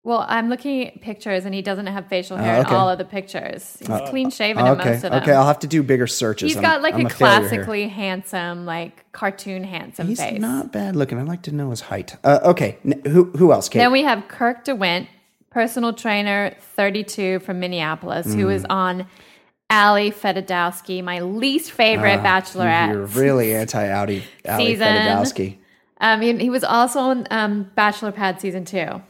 Speaker 1: Well, I'm looking at pictures and he doesn't have facial hair
Speaker 3: Oh, okay. Uh,
Speaker 1: in all of the pictures. He's clean shaven in
Speaker 3: Okay,
Speaker 1: most of them.
Speaker 3: okay. I'll have to do bigger searches.
Speaker 1: He's
Speaker 3: I'm-
Speaker 1: got like
Speaker 3: I'm
Speaker 1: a
Speaker 3: failure here.
Speaker 1: classically handsome, like cartoon handsome
Speaker 3: He's
Speaker 1: face.
Speaker 3: not bad looking. I'd like to know his height. Uh, okay, N- who who else? Kate.
Speaker 1: Then we have Kirk DeWint, personal trainer, 32 from Minneapolis, who
Speaker 3: Mm.
Speaker 1: is on Ali Fedodowski, my least favorite
Speaker 3: Ah, You're
Speaker 1: bachelorette.
Speaker 3: really anti Audi Ali
Speaker 1: Season.
Speaker 3: Fedodowski.
Speaker 1: Um, he, he was also on um, Bachelor Pad season two.
Speaker 3: Uh,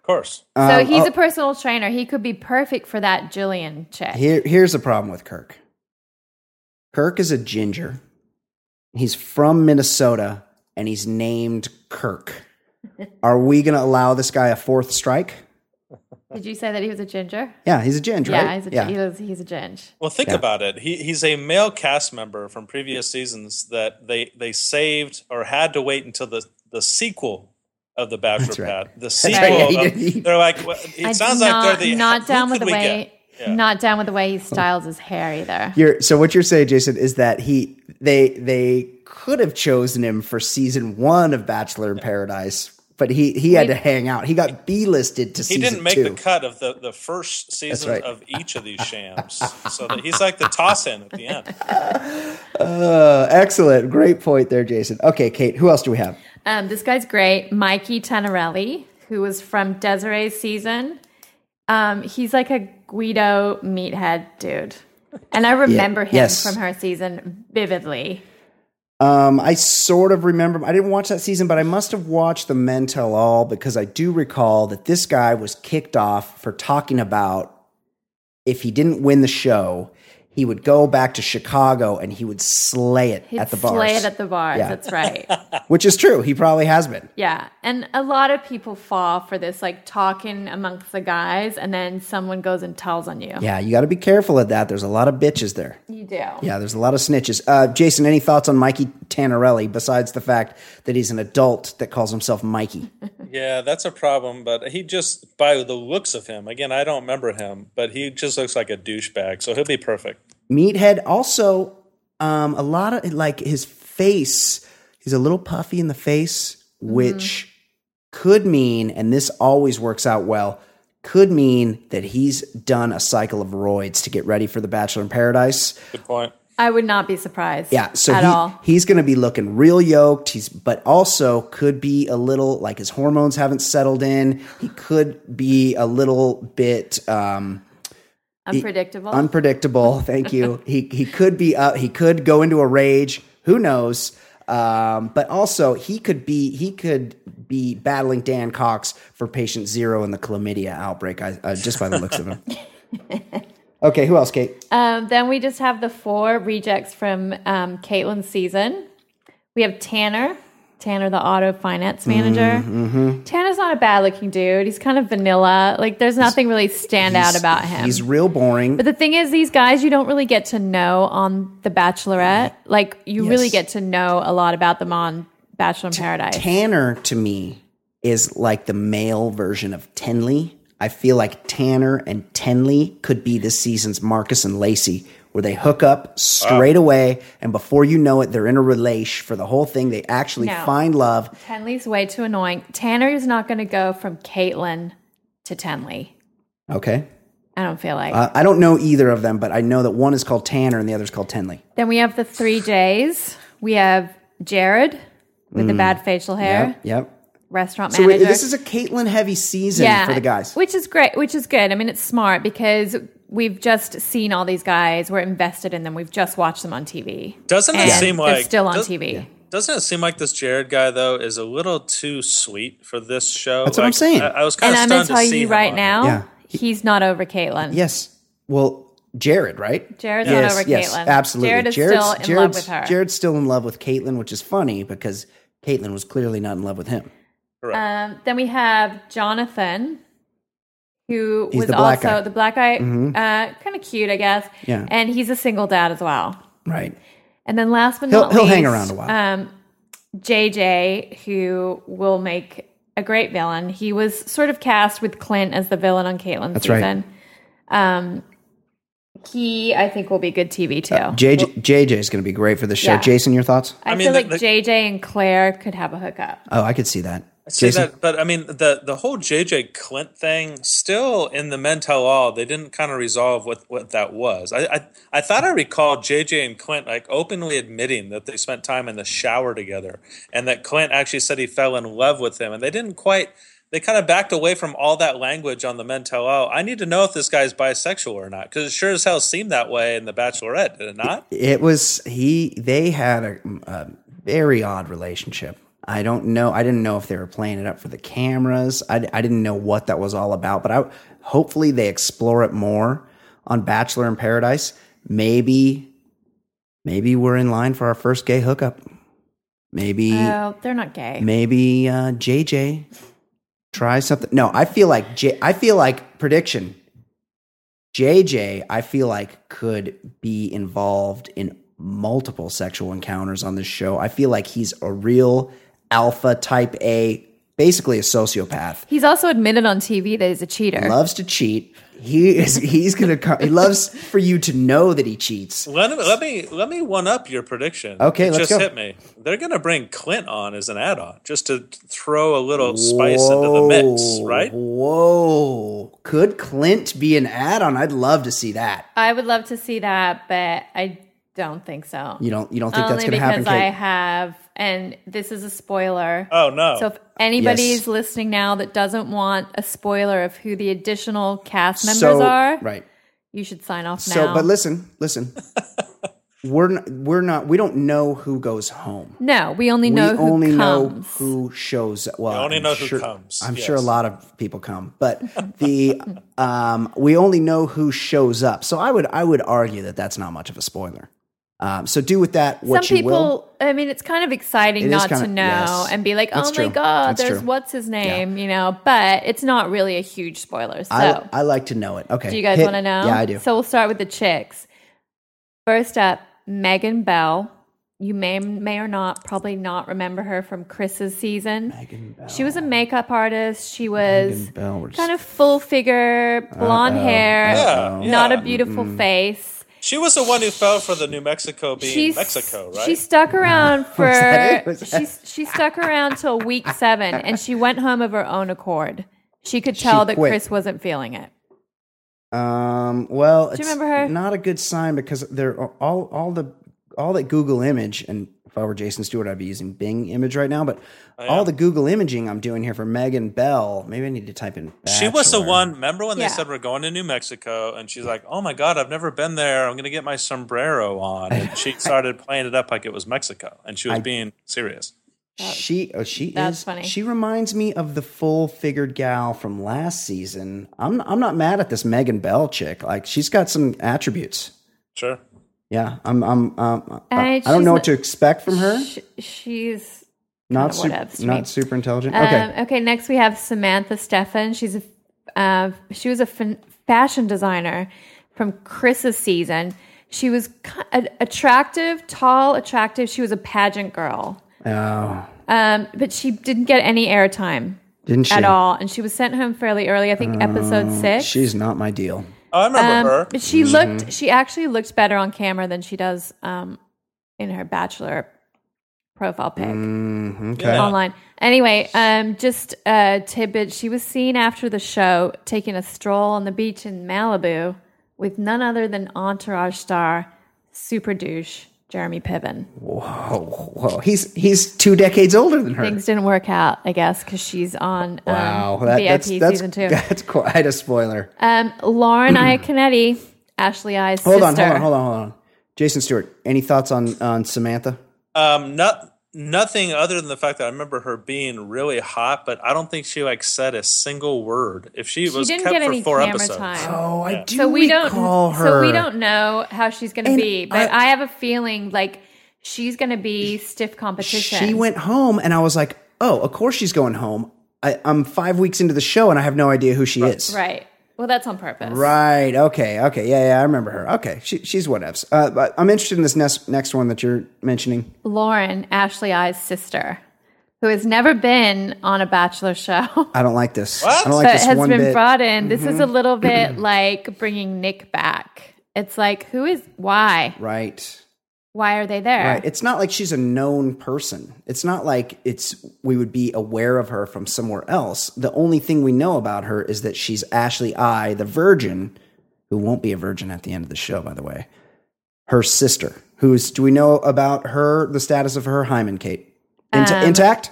Speaker 2: Of course.
Speaker 1: So
Speaker 3: Um,
Speaker 1: he's
Speaker 3: oh,
Speaker 1: a personal trainer. He could be perfect for that Jillian chick.
Speaker 3: Here, here's the problem with Kirk. Kirk is a ginger. He's from Minnesota and he's named Kirk. Are we going to allow this guy a fourth strike?
Speaker 1: Did you say that he was a ginger?
Speaker 3: Yeah, he's a ginger.
Speaker 1: Yeah,
Speaker 3: right?
Speaker 1: he's a, He was, he's a ginge.
Speaker 2: Well, think about it. He, he's a male cast member from previous seasons that they, they saved or had to wait until the, the sequel of the Bachelor
Speaker 3: That's right.
Speaker 2: Pad. The
Speaker 3: right.
Speaker 2: sequel.
Speaker 3: Yeah, he
Speaker 2: of-
Speaker 3: did- he-
Speaker 2: they're like, well, it
Speaker 1: I-
Speaker 2: sounds
Speaker 1: not,
Speaker 2: like they're the
Speaker 1: not
Speaker 2: who
Speaker 1: down with
Speaker 2: could
Speaker 1: the
Speaker 2: we
Speaker 1: way.
Speaker 2: get? Yeah.
Speaker 1: Not down with the way he styles his hair either.
Speaker 3: You're, so what you're saying, Jason, is that he they they could have chosen him for season one of Bachelor in Paradise, but he he had to hang out. He got B listed to
Speaker 2: He
Speaker 3: season
Speaker 2: didn't make
Speaker 3: two.
Speaker 2: the cut of the, the first season
Speaker 3: right.
Speaker 2: of each of these shams. so that he's like the toss in at the end.
Speaker 3: Uh, excellent, great point there, Jason. Okay, Kate, who else do we have?
Speaker 1: Um, this guy's great, Mikey Tanarelli, who was from Desiree's season. Um, he's like a Guido meathead dude, and I remember him
Speaker 3: yes.
Speaker 1: from her season vividly.
Speaker 3: Um, I sort of remember. I didn't watch that season, but I must have watched the Men Tell All because I do recall that this guy was kicked off for talking about if he didn't win the show, he would go back to Chicago and he would slay it
Speaker 1: He'd
Speaker 3: at the bars,
Speaker 1: slay it at the bars.
Speaker 3: Yeah.
Speaker 1: That's right.
Speaker 3: which is true. He probably has been.
Speaker 1: yeah, and a lot of people fall for this, like talking amongst the guys, and then someone goes and tells on you.
Speaker 3: Yeah, you got to be careful of that. There's a lot of bitches there.
Speaker 1: You do.
Speaker 3: Yeah, there's a lot of snitches. Uh, Jason, any thoughts on Mikey Tannerelli besides the fact that he's an adult that calls himself Mikey?
Speaker 2: Yeah, that's a problem. But he just, by the looks of him, again, I don't remember him, but he just looks like a douchebag. So he'll be perfect.
Speaker 3: Meathead also um, a lot of like his face. He's a little puffy in the face, which could mean, and this always works out well, could mean that he's done a cycle of roids to get ready for the Bachelor in Paradise.
Speaker 2: Good point.
Speaker 1: I would not be surprised.
Speaker 3: Yeah, so
Speaker 1: at
Speaker 3: he,
Speaker 1: all.
Speaker 3: he's going to be looking real yoked. He's but also could be a little like his hormones haven't settled in. He could be a little bit. Um,
Speaker 1: Unpredictable.
Speaker 3: unpredictable. Thank you. he he could be up. He could go into a rage. Who knows? Um, but also he could be he could be battling Dan Cox for patient zero in the chlamydia outbreak. I, uh, just by the looks of him. Okay, who else, Kate?
Speaker 1: Um, then we just have the four rejects from um, Caitlin's season. We have Tanner, Tanner, the auto finance manager.
Speaker 3: Mm-hmm,
Speaker 1: Tanner's not a bad looking dude. He's kind of vanilla. Like, there's nothing really stand out about him.
Speaker 3: He's real boring.
Speaker 1: but the thing is, these guys you don't really get to know on The Bachelorette. Like, you really
Speaker 3: Yes.
Speaker 1: get to know a lot about them on Bachelor in Paradise.
Speaker 3: Tanner to me is like the male version of Tenley. I feel like Tanner and Tenley could be this season's Marcus and Lacey, where they hook up straight away, and before you know it, they're in a relation for the whole thing. They actually
Speaker 1: No.
Speaker 3: find love.
Speaker 1: Tenley's way too annoying. Tanner is not going to go from Caitlin to Tenley.
Speaker 3: Okay.
Speaker 1: I don't feel like.
Speaker 3: Uh, I don't know either of them, but I know that one is called Tanner and the other is called Tenley.
Speaker 1: Then we have the three J's. We have Jared with the bad facial hair,
Speaker 3: Mm. Yep. Yep.
Speaker 1: restaurant
Speaker 3: So wait,
Speaker 1: manager.
Speaker 3: this is a Caitlin heavy season for the guys.
Speaker 1: which is great, which is good. I mean, it's smart because we've just seen all these guys. We're invested in them. We've just watched them on TV.
Speaker 2: Doesn't it
Speaker 1: And
Speaker 2: seem
Speaker 1: they're
Speaker 2: like
Speaker 1: still on
Speaker 2: does-
Speaker 1: TV?
Speaker 2: Doesn't it seem like this Jared guy though is a little too sweet for this show?
Speaker 3: That's what I'm
Speaker 2: Like,
Speaker 3: saying.
Speaker 2: I, I was
Speaker 1: And
Speaker 2: kind of
Speaker 1: I'm
Speaker 2: stunned
Speaker 1: going to tell
Speaker 2: see
Speaker 1: you
Speaker 2: him
Speaker 1: right
Speaker 2: on
Speaker 1: now,
Speaker 3: Yeah.
Speaker 1: he's not over Caitlyn.
Speaker 3: Yes. Well, Jared, right?
Speaker 1: Jared's
Speaker 3: yes,
Speaker 1: not over
Speaker 3: yes,
Speaker 1: Caitlyn.
Speaker 3: absolutely.
Speaker 1: Jared is
Speaker 3: Jared's,
Speaker 1: still in love
Speaker 3: Jared's-
Speaker 1: with her.
Speaker 3: Jared's still in love with Caitlin, which is funny because Caitlin was clearly not in love with him.
Speaker 2: it. Correct.
Speaker 1: Um, then we have Jonathan, who
Speaker 3: He's
Speaker 1: was
Speaker 3: the black
Speaker 1: also
Speaker 3: guy. Mm-hmm.
Speaker 1: the black guy, uh, kind of cute, I guess.
Speaker 3: Yeah.
Speaker 1: And he's a single dad as well.
Speaker 3: Right.
Speaker 1: And then last but
Speaker 3: He'll-
Speaker 1: not
Speaker 3: he'll
Speaker 1: least,
Speaker 3: hang around a while.
Speaker 1: Um, JJ, who will make a great villain. He was sort of cast with Clint as the villain on Caitlyn's
Speaker 3: That's right.
Speaker 1: season. Um, he, I think, will be good
Speaker 3: Uh,
Speaker 1: TV too.
Speaker 3: JJ, JJ is going to be great for the show.
Speaker 1: Oh. Yeah.
Speaker 3: Jason, your thoughts?
Speaker 1: I,
Speaker 2: I mean,
Speaker 1: feel
Speaker 2: the-
Speaker 1: like
Speaker 2: the-
Speaker 1: JJ and Claire could have a hookup.
Speaker 3: Oh, I could see that.
Speaker 2: See
Speaker 3: Jason,
Speaker 2: that, but I mean the the whole JJ Clint thing still in the mental all they didn't kind of resolve what what that was. I, I I thought I recalled JJ and Clint like openly admitting that they spent time in the shower together and that Clint actually said he fell in love with him and they didn't quite they kind of backed away from all that language on the mental all. I need to know if this guy's bisexual or not because it sure as hell seemed that way in the Bachelorette, did it not?
Speaker 3: it was he. They had a, a very odd relationship. I don't know. I didn't know if they were playing it up for the cameras. I, I didn't know what that was all about. But I hopefully they explore it more on Bachelor in Paradise. Maybe, maybe we're in line for our first gay hookup. Maybe
Speaker 1: Oh, they're not gay.
Speaker 3: maybe uh, JJ try something. No, I feel like J- I feel like prediction. JJ, I feel like could be involved in multiple sexual encounters on this show. I feel like he's a real alpha type A, basically a sociopath.
Speaker 1: He's also admitted on TV that he's a cheater.
Speaker 3: Loves to cheat. He is. He's gonna. co- He loves for you to know that he cheats.
Speaker 2: Let, let me let me one up your prediction.
Speaker 3: Okay,
Speaker 2: it
Speaker 3: let's
Speaker 2: just
Speaker 3: go.
Speaker 2: hit me. They're going to bring Clint on as an add-on, just to throw a little spice into the mix,
Speaker 3: Whoa,
Speaker 2: right?
Speaker 3: Whoa! Could Clint be an add-on? I'd love to see that.
Speaker 1: I would love to see that, but I don't think so.
Speaker 3: You don't. You don't think
Speaker 1: Only
Speaker 3: that's
Speaker 1: because
Speaker 3: gonna happen?
Speaker 1: I
Speaker 3: Kate?
Speaker 1: have, and this is a spoiler.
Speaker 2: Oh no!
Speaker 1: So if anybody's
Speaker 3: Yes.
Speaker 1: listening now that doesn't want a spoiler of who the additional cast members
Speaker 3: so,
Speaker 1: are,
Speaker 3: Right.
Speaker 1: you should sign off now.
Speaker 3: So, but listen, listen. we're not, we're not. We don't know who goes home.
Speaker 1: no, we only
Speaker 3: We
Speaker 1: know who
Speaker 3: only know
Speaker 1: comes.
Speaker 3: who shows. Well,
Speaker 2: only
Speaker 3: I'm
Speaker 2: know who
Speaker 3: sure,
Speaker 2: comes,
Speaker 3: I'm sure a
Speaker 2: yes.
Speaker 3: lot of people come, but the um, we only know who shows up. So I would I would argue that that's not much of a spoiler. Um, so do with that what
Speaker 1: Some
Speaker 3: you
Speaker 1: people,
Speaker 3: will.
Speaker 1: I mean, it's kind of exciting
Speaker 3: It is
Speaker 1: not
Speaker 3: kinda-
Speaker 1: to know
Speaker 3: yes.
Speaker 1: and be like,
Speaker 3: That's
Speaker 1: "Oh
Speaker 3: true.
Speaker 1: my god,
Speaker 3: That's
Speaker 1: there's
Speaker 3: true.
Speaker 1: what's his name," you know. But it's not really a huge spoiler. So,
Speaker 3: I, I like to know it. Okay.
Speaker 1: do you guys
Speaker 3: hit-
Speaker 1: want to know?
Speaker 3: Yeah, I do.
Speaker 1: So we'll start with the chicks. First up, Megan Bell. You may may or not probably not remember her from Chris's season.
Speaker 3: Megan Bell.
Speaker 1: She was a makeup artist. She was
Speaker 3: Megan Bell, we're
Speaker 1: kind of full figure, blonde hair,
Speaker 2: Yeah, yeah.
Speaker 1: not a beautiful face.
Speaker 2: she was the one who fell for the New Mexico being
Speaker 1: She's
Speaker 2: Mexico, right?
Speaker 1: She stuck around for
Speaker 3: that it? Was
Speaker 1: she she stuck around till week seven, and she went home of her own accord. She could
Speaker 3: She
Speaker 1: tell that
Speaker 3: quit.
Speaker 1: Chris wasn't feeling it.
Speaker 3: Um. Well, it's
Speaker 1: remember her?
Speaker 3: not a good sign because they're all all the all that Google image and if I were Jason Stewart, I'd be using Bing image right now. But all the Google imaging I'm doing here for Megan Bell, maybe I need to type in.
Speaker 2: She was the
Speaker 3: bachelor.
Speaker 2: one. Remember when
Speaker 1: Yeah.
Speaker 2: they said we're going to New Mexico, and she's like, "Oh my God, I've never been there. I'm going to get my sombrero on." And she started playing it up like it was Mexico, and she was being serious.
Speaker 3: She oh, she
Speaker 1: That's
Speaker 3: is
Speaker 1: funny.
Speaker 3: She reminds me of the full figured gal from last season. I'm I'm not mad at this Megan Bell chick. Like she's got some attributes.
Speaker 2: Sure.
Speaker 3: Yeah, I'm I'm um, I,
Speaker 1: Uh,
Speaker 3: I don't
Speaker 1: she's
Speaker 3: know
Speaker 1: not-
Speaker 3: what to expect from her.
Speaker 1: Sh- she's
Speaker 3: Not
Speaker 1: kinda
Speaker 3: super,
Speaker 1: whatevs to me.
Speaker 3: not super intelligent.
Speaker 1: Um,
Speaker 3: Okay,
Speaker 1: okay. Next, we have Samantha Stefan. She's a uh, she was a fin- fashion designer from Chris's season. She was ki- a- attractive, tall, attractive. She was a pageant girl,
Speaker 3: oh,
Speaker 1: um, but she didn't get any airtime
Speaker 3: didn't she Um,
Speaker 1: at all, and she was sent home fairly early. I think episode six.
Speaker 3: She's not my deal.
Speaker 2: Oh, I remember
Speaker 1: Um,
Speaker 2: her.
Speaker 1: but she
Speaker 3: Mm-hmm.
Speaker 1: looked. She actually looked better on camera than she does um, in her bachelor profile pic.
Speaker 3: Mm, Okay.
Speaker 1: online. Anyway, um, just a tidbit. She was seen after the show taking a stroll on the beach in Malibu with none other than Entourage star Super Douche Jeremy Piven.
Speaker 3: Whoa, whoa. He's he's two decades older than her.
Speaker 1: Things didn't work out, I guess, because she's on um,
Speaker 3: wow, that,
Speaker 1: VIP
Speaker 3: that's, that's,
Speaker 1: season two.
Speaker 3: That's quite a spoiler.
Speaker 1: Um, Lauren Iaconetti, Ashley I's
Speaker 3: Hold on,
Speaker 1: sister.
Speaker 3: hold on, hold on, hold on. Jason Stewart, any thoughts on on Samantha?
Speaker 2: Um, not nothing other than the fact that I remember her being really hot, but I don't think she like said a single word. If she,
Speaker 1: She
Speaker 2: was
Speaker 1: didn't
Speaker 2: kept
Speaker 1: get
Speaker 2: for
Speaker 1: any
Speaker 2: four
Speaker 1: camera
Speaker 2: episodes,
Speaker 1: time.
Speaker 3: Oh, I do
Speaker 1: so we don't
Speaker 3: recall her.
Speaker 1: so we don't know how she's going to
Speaker 3: And
Speaker 1: be but
Speaker 3: I-
Speaker 1: I, have a feeling like she's going to be stiff competition
Speaker 3: She went home, and I was like, oh, of course she's going home. I, I'm five weeks into the show, and I have no idea who she is.
Speaker 1: right well that's on purpose
Speaker 3: Right. Okay. Okay. Yeah. Yeah. I remember her. Okay. She, she's whatevs. Uh, but I'm interested in this next next one that you're mentioning.
Speaker 1: lauren ashley i's sister who has never been on a bachelor show
Speaker 3: I don't like this. I don't like
Speaker 1: but
Speaker 3: this
Speaker 1: has
Speaker 3: one
Speaker 1: been
Speaker 3: bit. Mm-hmm.
Speaker 1: brought in this is a little bit like bringing nick back it's like who is why
Speaker 3: right.
Speaker 1: why are they there
Speaker 3: Right. It's not like she's a known person. It's not like it's we would be aware of her from somewhere else. The only thing we know about her is that she's Ashley I, the virgin, who won't be a virgin at the end of the show, by the way. Her sister, who's do we know about her? The status of her hymen, Kate, Int-
Speaker 1: Um,
Speaker 3: intact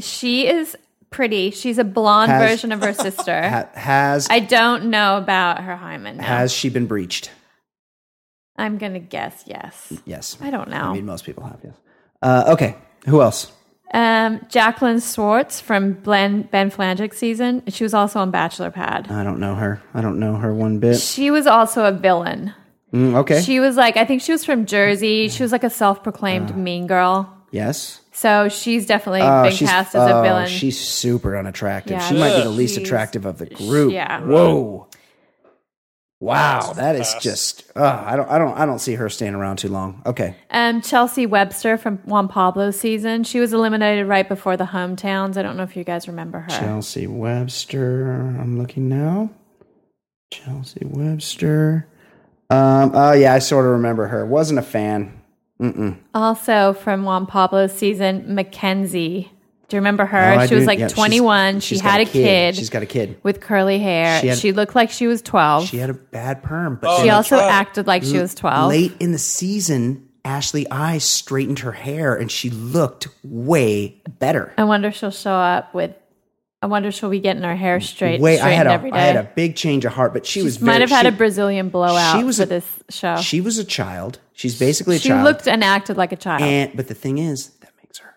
Speaker 1: she is pretty she's a blonde
Speaker 3: Has-
Speaker 1: version of her sister
Speaker 3: Ha- has
Speaker 1: i don't know about her hymen no.
Speaker 3: has she been breached?
Speaker 1: I'm gonna guess yes.
Speaker 3: Yes,
Speaker 1: I don't
Speaker 3: I
Speaker 1: know.
Speaker 3: mean most people have. Yes. Uh, okay, who else?
Speaker 1: Um, Jacqueline Swartz from Ben Ben Flangick season. She was also on Bachelor Pad.
Speaker 3: I don't know her. I don't know her one bit.
Speaker 1: She was also a villain.
Speaker 3: Mm, okay.
Speaker 1: She was like, I think she was from Jersey. She was like a self-proclaimed mean girl.
Speaker 3: yes.
Speaker 1: So she's definitely been cast as
Speaker 3: Uh-huh. oh,
Speaker 1: a villain.
Speaker 3: She's super unattractive.
Speaker 1: Yeah,
Speaker 3: she might be the least
Speaker 1: she's-
Speaker 3: attractive of the group.
Speaker 1: yeah.
Speaker 3: Whoa. Wow, that is
Speaker 2: fast.
Speaker 3: just. Uh, I don't. I don't. I don't see her staying around too long. Okay.
Speaker 1: um, Chelsea Webster from Juan Pablo season. She was eliminated right before the hometowns. I don't know if you guys remember her.
Speaker 3: Chelsea Webster. I'm looking now. Chelsea Webster. Um. Oh yeah, I sort of remember her. Wasn't a fan. Mm-mm.
Speaker 1: Also from Juan Pablo's season, Mackenzie. Do you remember her?
Speaker 3: Oh, I
Speaker 1: she was
Speaker 3: do-
Speaker 1: like
Speaker 3: yeah, she's-
Speaker 1: 21. she
Speaker 3: she's got
Speaker 1: had a kid.
Speaker 3: She's got a kid.
Speaker 1: with curly hair.
Speaker 3: She
Speaker 1: She,
Speaker 3: had-
Speaker 1: looked like she was 12.
Speaker 3: She
Speaker 1: She,
Speaker 3: had a bad perm, but
Speaker 2: Oh,
Speaker 3: she
Speaker 2: that's
Speaker 1: also
Speaker 2: right.
Speaker 1: acted like she was 12.
Speaker 3: Late in the season, Ashley I straightened her hair and she looked way better.
Speaker 1: I wonder if she'll show up with, I wonder if she'll be getting her hair straight,
Speaker 3: Way I
Speaker 1: straightened
Speaker 3: had a
Speaker 1: every day.
Speaker 3: I had a big change of heart, but she was
Speaker 1: Might
Speaker 3: very,
Speaker 1: have had
Speaker 3: she,
Speaker 1: a Brazilian blowout
Speaker 3: she was
Speaker 1: for
Speaker 3: a-
Speaker 1: this show. She,
Speaker 3: She was a child. She's basically a child.
Speaker 1: looked and acted like a child.
Speaker 3: and but the thing is, that makes her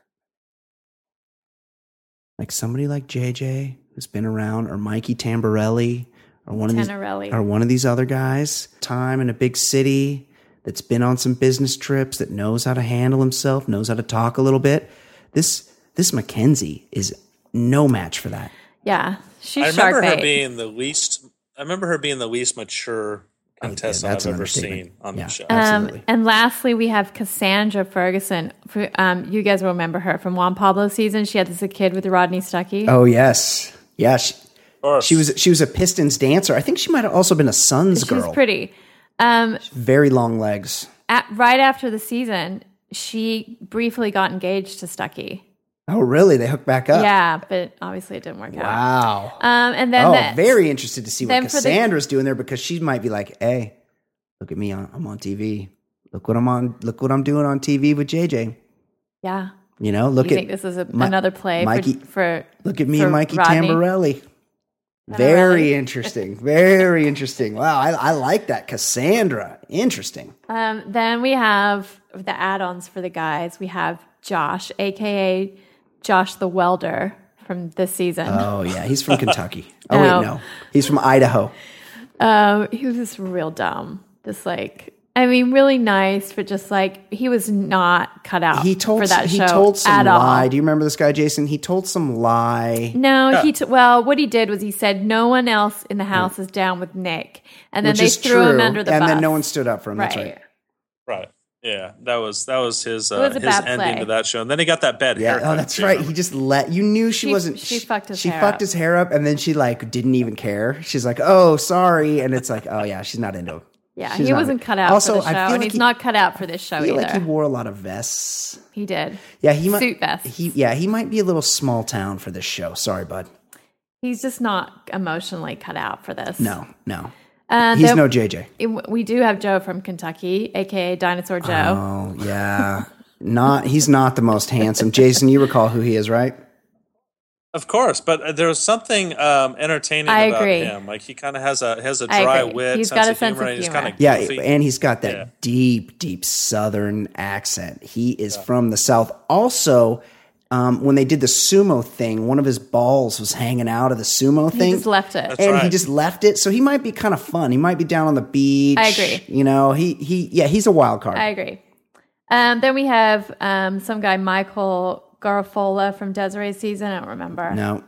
Speaker 3: like somebody like JJ who's been around, or Mikey Tamborelli, or one of these
Speaker 1: Tannerelli.
Speaker 3: or one of these other guys, time in a big city that's been on some business trips that knows how to handle himself, knows how to talk a little bit. This this Mackenzie is no match for that.
Speaker 1: yeah. She's
Speaker 2: I
Speaker 1: shark
Speaker 2: remember her
Speaker 1: bait.
Speaker 2: being the least. I remember her being the least mature contestant
Speaker 3: Oh, that's an
Speaker 2: I've ever
Speaker 3: understatement.
Speaker 2: seen on
Speaker 3: Yeah.
Speaker 2: the show.
Speaker 3: Uh,
Speaker 1: um,
Speaker 3: Absolutely.
Speaker 1: and lastly, we have Cassandra Ferguson. For- Um, you guys remember her from Juan Pablo season. She had this kid with Rodney Stuckey.
Speaker 3: Oh yes, yeah. She,
Speaker 2: course.
Speaker 3: she was she was a Pistons dancer. I think she might have also been a Suns
Speaker 1: she was
Speaker 3: girl.
Speaker 1: pretty. Um,
Speaker 3: Very long legs.
Speaker 1: at, right after the season, she briefly got engaged to Stuckey.
Speaker 3: Oh really? They hooked back up.
Speaker 1: Yeah, but obviously it didn't work out.
Speaker 3: Wow.
Speaker 1: Um, and then
Speaker 3: Oh,
Speaker 1: the-
Speaker 3: very interested to see what
Speaker 1: then for the-
Speaker 3: Cassandra's doing there because she might be like, "Hey, look at me! on- I'm on TV. Look what I'm on. Look what I'm doing on TV with JJ.
Speaker 1: yeah,
Speaker 3: You know, look
Speaker 1: you
Speaker 3: at
Speaker 1: think this is a,
Speaker 3: Mi-
Speaker 1: another play
Speaker 3: Mikey-
Speaker 1: for, for
Speaker 3: look at me
Speaker 1: for
Speaker 3: and Mikey
Speaker 1: Rodney.
Speaker 3: Tamborelli. Very interesting. Very interesting. Wow, I, I like that Cassandra. Interesting.
Speaker 1: Um, then we have the add-ons for the guys. We have Josh, aka Josh the Welder from this season.
Speaker 3: Oh yeah, he's from Kentucky. Oh
Speaker 1: No.
Speaker 3: wait, no, he's from Idaho.
Speaker 1: Um, he was just real dumb. Just like I mean, really nice, but just like he was not cut out.
Speaker 3: He told
Speaker 1: Uh, for that
Speaker 3: he
Speaker 1: show
Speaker 3: told some
Speaker 1: at all.
Speaker 3: lie. Do you remember this guy, Jason? He told some lie.
Speaker 1: No, he t- well, what he did was he said no one else in the house is down with Nick, and then
Speaker 3: Which
Speaker 1: they
Speaker 3: is
Speaker 1: threw
Speaker 3: true,
Speaker 1: him under the
Speaker 3: and
Speaker 1: bus.
Speaker 3: then no one stood up for him.
Speaker 1: right.
Speaker 3: That's right.
Speaker 2: right. Yeah, that was that was his uh,
Speaker 1: was a
Speaker 2: his
Speaker 1: bad
Speaker 2: ending
Speaker 1: play.
Speaker 2: to that show. And then he got that bad
Speaker 3: Yeah.
Speaker 2: haircut.
Speaker 3: Oh, that's
Speaker 2: too.
Speaker 3: right. He just let you knew she,
Speaker 1: She-
Speaker 3: wasn't.
Speaker 1: she fucked his
Speaker 3: She
Speaker 1: hair
Speaker 3: fucked
Speaker 1: up.
Speaker 3: his hair up, and then she like didn't even care. She's like, "Oh, sorry," and it's like, "Oh yeah, she's not into him."
Speaker 1: Yeah,
Speaker 3: She's
Speaker 1: he
Speaker 3: not
Speaker 1: wasn't
Speaker 3: into-
Speaker 1: cut out
Speaker 3: Also,
Speaker 1: for the show,
Speaker 3: I feel
Speaker 1: and
Speaker 3: like
Speaker 1: he's
Speaker 3: he-
Speaker 1: not cut out for this show
Speaker 3: I feel
Speaker 1: Oh, either.
Speaker 3: like he wore a lot of vests.
Speaker 1: he did.
Speaker 3: Yeah, he might.
Speaker 1: Suit vests.
Speaker 3: He yeah, he might be a little small town for this show. Sorry, bud.
Speaker 1: He's just not emotionally cut out for this.
Speaker 3: No, no.
Speaker 1: Uh,
Speaker 3: He's
Speaker 1: there-
Speaker 3: no JJ.
Speaker 1: it- we do have Joe from Kentucky, aka Dinosaur Joe.
Speaker 3: Oh yeah, not he's not the most handsome. Jason, you recall who he is, right?
Speaker 2: Of course, but there was something um, entertaining
Speaker 1: I
Speaker 2: about
Speaker 1: agree.
Speaker 2: him. Like he kind of has a has a
Speaker 1: I
Speaker 2: dry
Speaker 1: agree.
Speaker 2: wit,
Speaker 1: He's
Speaker 2: sense
Speaker 1: got a
Speaker 2: of
Speaker 1: sense
Speaker 2: humor,
Speaker 1: of
Speaker 2: and he's
Speaker 1: humor.
Speaker 2: kind of
Speaker 3: Yeah,
Speaker 2: goofy.
Speaker 3: and he's got that
Speaker 2: Yeah.
Speaker 3: deep, deep Southern accent. He is from the South. Also, um, when they did the sumo thing, one of his balls was hanging out of the sumo
Speaker 1: He
Speaker 3: thing.
Speaker 1: just left it.
Speaker 2: That's
Speaker 3: and he
Speaker 2: right.
Speaker 3: just left it. So he might be kind of fun. He might be down on the beach.
Speaker 1: I agree.
Speaker 3: You know, he he yeah, he's a wild card.
Speaker 1: I agree. Um, then we have um, some guy, Michael Garofola from Desiree's season. I don't remember.
Speaker 3: no.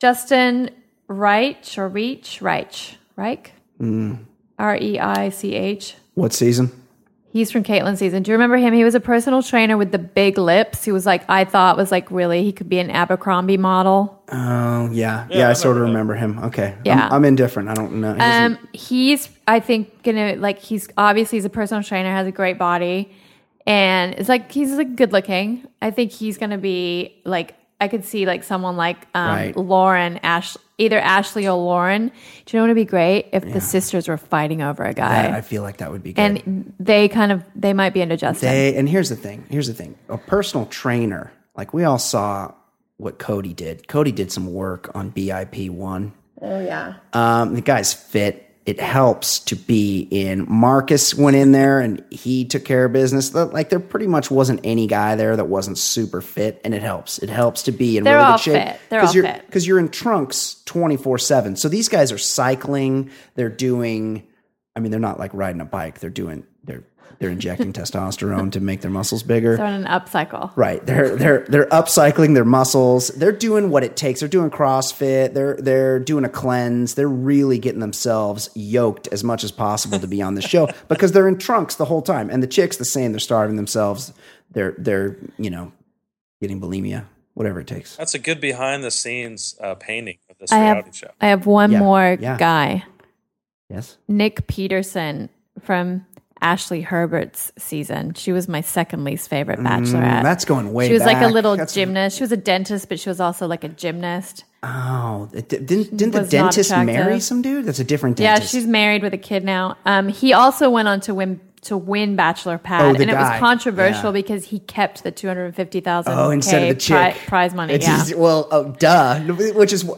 Speaker 1: Justin Reich or Reach? Reich. Reich?
Speaker 3: Mm.
Speaker 1: R E I C H.
Speaker 3: What season?
Speaker 1: He's from Caitlin's season. Do you remember him? He was a personal trainer with the big lips. He was like, I thought was like, really, he could be an Abercrombie model.
Speaker 3: Oh yeah. Yeah, I, sort of remember him. Okay.
Speaker 1: Yeah.
Speaker 3: I'm, I'm indifferent. I don't know. He doesn't-
Speaker 1: Um, he's, I think, gonna like, he's obviously he's a personal trainer, has a great body, and it's like he's like good looking. I think he's gonna be like, I could see like someone like um,
Speaker 3: Right.
Speaker 1: Lauren Ash, either Ashley or Lauren. Do you know what would be great if the sisters were fighting over a guy?
Speaker 3: I, I feel like that would be good.
Speaker 1: and they kind of they might be into Justin.
Speaker 3: They- and here's the thing. Here's the thing. A personal trainer, like we all saw what Cody did. Cody did some work on BIP one.
Speaker 1: oh yeah.
Speaker 3: Um, the guy's fit. It helps to be in. Marcus went in there and he took care of business. Th- Like there pretty much wasn't any guy there that wasn't super fit, and it helps. It helps to be in
Speaker 1: They're
Speaker 3: really
Speaker 1: all
Speaker 3: good shape
Speaker 1: fit. They're all
Speaker 3: you're
Speaker 1: fit.
Speaker 3: because you're in trunks twenty four seven. So these guys are cycling. They're doing. I mean, they're not like riding a bike. They're doing. They're they're injecting testosterone to make their muscles bigger.
Speaker 1: They're on an upcycle.
Speaker 3: Right. They're they're they're upcycling their muscles. They're doing what it takes. They're doing CrossFit. They're they're doing a cleanse. They're really getting themselves yoked as much as possible to be on this show because they're in trunks the whole time. And the chicks the same. They're starving themselves. They're they're, you know, getting bulimia, whatever it takes.
Speaker 2: That's a good behind the scenes uh, painting of this
Speaker 1: I
Speaker 2: reality
Speaker 1: have
Speaker 2: show.
Speaker 1: I have one
Speaker 3: Yeah,
Speaker 1: more
Speaker 3: yeah.
Speaker 1: guy,
Speaker 3: Yes.
Speaker 1: Nick Peterson from Ashley Herbert's season. She was my second least favorite bachelorette.
Speaker 3: Mm, that's going way
Speaker 1: she was like a
Speaker 3: back.
Speaker 1: little
Speaker 3: That's-
Speaker 1: gymnast. She was a dentist, but she was also like a gymnast.
Speaker 3: Oh, it- didn't didn't the
Speaker 1: Was not
Speaker 3: dentist
Speaker 1: attractive.
Speaker 3: marry some dude? That's a different
Speaker 1: Yeah,
Speaker 3: dentist.
Speaker 1: she's married with a kid now. Um, he also went on to win to win Bachelor Pad,
Speaker 3: Oh, the
Speaker 1: and it
Speaker 3: guy.
Speaker 1: was controversial
Speaker 3: Yeah.
Speaker 1: because he kept the two hundred fifty thousand.
Speaker 3: Oh, instead of the chick
Speaker 1: prize money.
Speaker 3: It's
Speaker 1: yeah,
Speaker 3: just- well, oh, duh. Which is wh-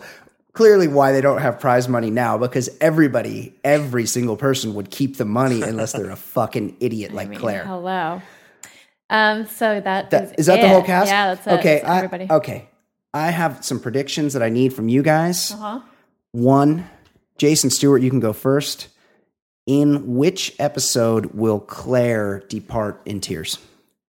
Speaker 3: clearly why they don't have prize money now because everybody, every single person would keep the money unless they're a fucking idiot like Claire.
Speaker 1: Hello. Um, so that,
Speaker 3: That, is that the
Speaker 1: it.
Speaker 3: whole cast?
Speaker 1: Yeah, that's it.
Speaker 3: okay.
Speaker 1: That's
Speaker 3: I, oh.
Speaker 1: everybody.
Speaker 3: Okay, I have some predictions that I need from you guys. Uh-huh. One, Jason Stewart, you can go first. In which episode will Claire depart in tears?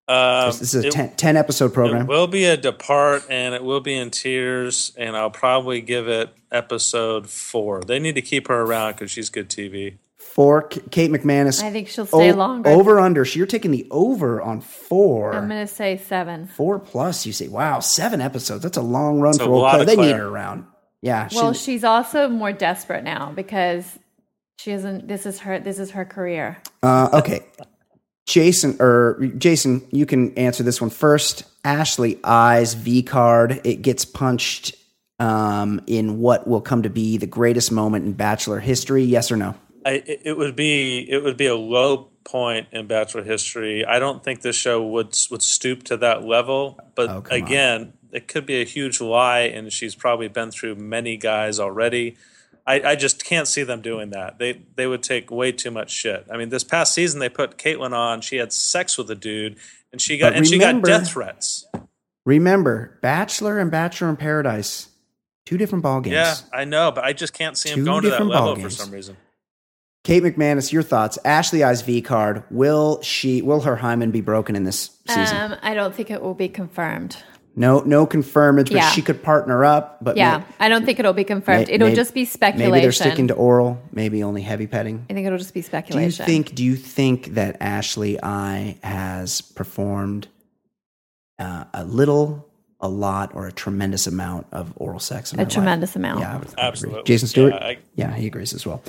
Speaker 2: Um,
Speaker 3: This is a
Speaker 2: it-
Speaker 3: 10, 10 episode
Speaker 2: It
Speaker 3: program.
Speaker 2: will be a depart and it will be in tears, and I'll probably give it episode four. They need to keep her around because she's good TV.
Speaker 3: Four, K- Kate McManus.
Speaker 1: I think she'll stay
Speaker 3: O-
Speaker 1: longer.
Speaker 3: Over under. So you're taking the over on 4
Speaker 1: I'm gonna say seven.
Speaker 3: four plus. You say, wow, seven episodes. That's a long run
Speaker 2: That's
Speaker 3: for
Speaker 2: a
Speaker 3: old
Speaker 2: lot
Speaker 3: Claire.
Speaker 2: of
Speaker 3: They
Speaker 2: Claire.
Speaker 3: need her around. Yeah.
Speaker 1: Well,
Speaker 3: she,
Speaker 1: she's also more desperate now because she isn't. This is her. This is her career.
Speaker 3: uh, okay. Jason or Jason, you can answer this one first. Ashley eyes V card. It gets punched um, in what will come to be the greatest moment in Bachelor history. Yes or no?
Speaker 2: I, it- it would be it would be a low point in Bachelor history. I don't think this show would would stoop to that level. But
Speaker 3: Oh, come on.
Speaker 2: again, it could be a huge lie, and she's probably been through many guys already. I, I just can't see them doing that. They they would take way too much shit. I mean, this past season they put Caitlyn on. She had sex with a dude, and she got
Speaker 3: But
Speaker 2: and she got
Speaker 3: remember-
Speaker 2: death threats.
Speaker 3: Remember, Bachelor and Bachelor in Paradise, two different ball games.
Speaker 2: Yeah, I know, but I just can't see
Speaker 3: Two
Speaker 2: him going to that
Speaker 3: different
Speaker 2: level for
Speaker 3: ballgames.
Speaker 2: some reason.
Speaker 3: Kate McManus, your thoughts? Ashley Eyes V card. Will she? Will her hymen be broken in this season?
Speaker 1: Um, I don't think it will be confirmed.
Speaker 3: no, no confirmage, but
Speaker 1: Yeah.
Speaker 3: she could partner up. But
Speaker 1: Yeah,
Speaker 3: may-
Speaker 1: I don't think it'll be
Speaker 3: may-
Speaker 1: confirmed. It'll
Speaker 3: may-
Speaker 1: just be speculation.
Speaker 3: Maybe they're sticking to oral. Maybe only heavy petting.
Speaker 1: I think it'll just be
Speaker 3: Do you
Speaker 1: speculation.
Speaker 3: think? Do you think that Ashley I has performed uh, a little, a lot, or a tremendous amount of oral sex? In
Speaker 1: a
Speaker 3: her life?
Speaker 1: tremendous amount?
Speaker 3: Yeah, I would- I would agree.
Speaker 2: Absolutely.
Speaker 3: Jason Stewart.
Speaker 2: Yeah, I-
Speaker 3: Yeah, he agrees as well.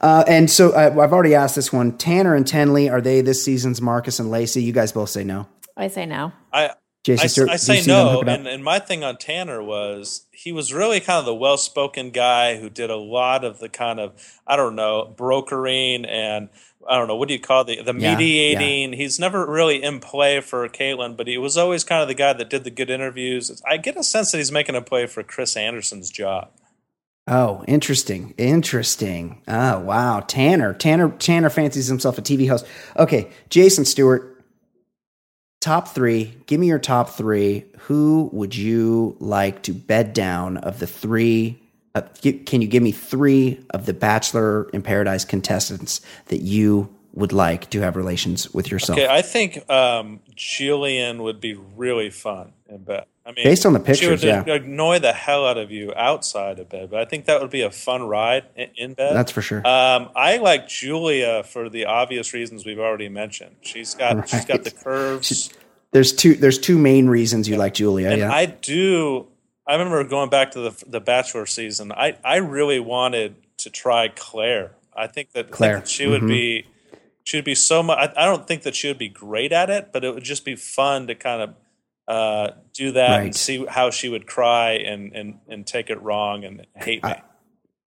Speaker 3: Uh, and so I, I've already asked this one. Tanner and Tenley, are they this season's Marcus and Lacey? You guys both say no.
Speaker 1: I say no.
Speaker 2: I
Speaker 3: Jason
Speaker 2: I,
Speaker 3: Stewart,
Speaker 2: I
Speaker 3: do you
Speaker 2: say
Speaker 3: see them
Speaker 2: no,
Speaker 3: hooking up?
Speaker 2: and, and my thing on Tanner was he was really kind of the well spoken guy who did a lot of the kind of I don't know brokering and I don't know what do you call the the
Speaker 3: Yeah,
Speaker 2: mediating. He's never really in play for Caitlin, but he was always kind of the guy that did the good interviews. I get a sense that he's making a play for Chris Anderson's job.
Speaker 3: Oh, interesting. Interesting. Oh, wow. Tanner. Tanner Tanner fancies himself a TV host. Okay, Jason Stewart. Top 3. Give me your top 3. Who would you like to bed down of the 3 uh, gi- can you give me 3 of the Bachelor in Paradise contestants that you would like to have relations with yourself?
Speaker 2: Okay, I think um, Jillian would be really fun in bed. I mean,
Speaker 3: Based on the pictures,
Speaker 2: she would
Speaker 3: yeah.
Speaker 2: annoy the hell out of you outside of bed, but I think that would be a fun ride in, in bed.
Speaker 3: That's for sure.
Speaker 2: Um, I like Julia for the obvious reasons we've already mentioned. She's got she's got the curves.
Speaker 3: there's two there's two main reasons you like Julia,
Speaker 2: And
Speaker 3: yeah.
Speaker 2: I do. I remember going back to the the Bachelor season. I I really wanted to try Claire. I think that,
Speaker 3: Claire, Mm-hmm.
Speaker 2: that she would be she would be so much. I, I don't think that she would be great at it, but it would just be fun to kind of uh, do that
Speaker 3: Right.
Speaker 2: and see how she would cry and and and take it wrong and hate me.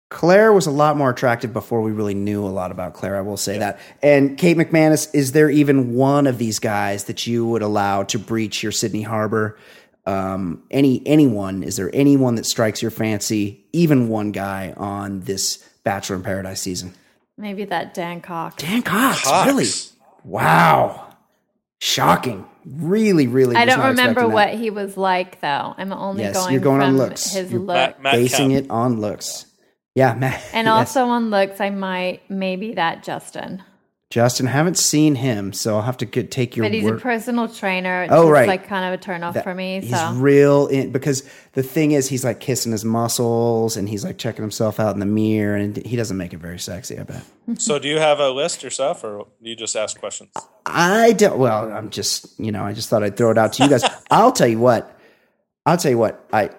Speaker 3: Claire was a lot more attractive before we really knew a lot about Claire. I will say that. And Kate McManus, is there even one of these guys that you would allow to breach your Sydney Harbor? Um, any anyone? Is there anyone that strikes your fancy? Even one guy on this Bachelor in Paradise season?
Speaker 1: Maybe that Dan Cox.
Speaker 3: Dan Cox,
Speaker 2: Cox.
Speaker 3: really? Wow, shocking! Really, really.
Speaker 1: I
Speaker 3: was
Speaker 1: don't
Speaker 3: not
Speaker 1: remember
Speaker 3: expecting
Speaker 1: what
Speaker 3: that.
Speaker 1: he was like though. I'm only
Speaker 3: Yes,
Speaker 1: going,
Speaker 3: you're going on
Speaker 1: from
Speaker 3: looks.
Speaker 1: his
Speaker 3: You're-
Speaker 1: look.
Speaker 2: Matt, Matt
Speaker 3: basing
Speaker 2: Kemp.
Speaker 3: it on looks. Yeah, Matt.
Speaker 1: and
Speaker 3: yes.
Speaker 1: also on looks, I might maybe that Justin.
Speaker 3: Justin, haven't seen him, so I'll have to get, take your
Speaker 1: But he's
Speaker 3: word.
Speaker 1: a personal trainer.
Speaker 3: Oh,
Speaker 1: It's
Speaker 3: right.
Speaker 1: like kind of a turn off
Speaker 3: that
Speaker 1: for me.
Speaker 3: He's
Speaker 1: So
Speaker 3: real in because the thing is, he's like kissing his muscles and he's like checking himself out in the mirror, and he doesn't make it very sexy. I bet.
Speaker 2: So, do you have a list yourself, or do you just ask questions?
Speaker 3: I don't. Well, I'm just you know, I just thought I'd throw it out to you guys. I'll tell you what. I'll tell you what. I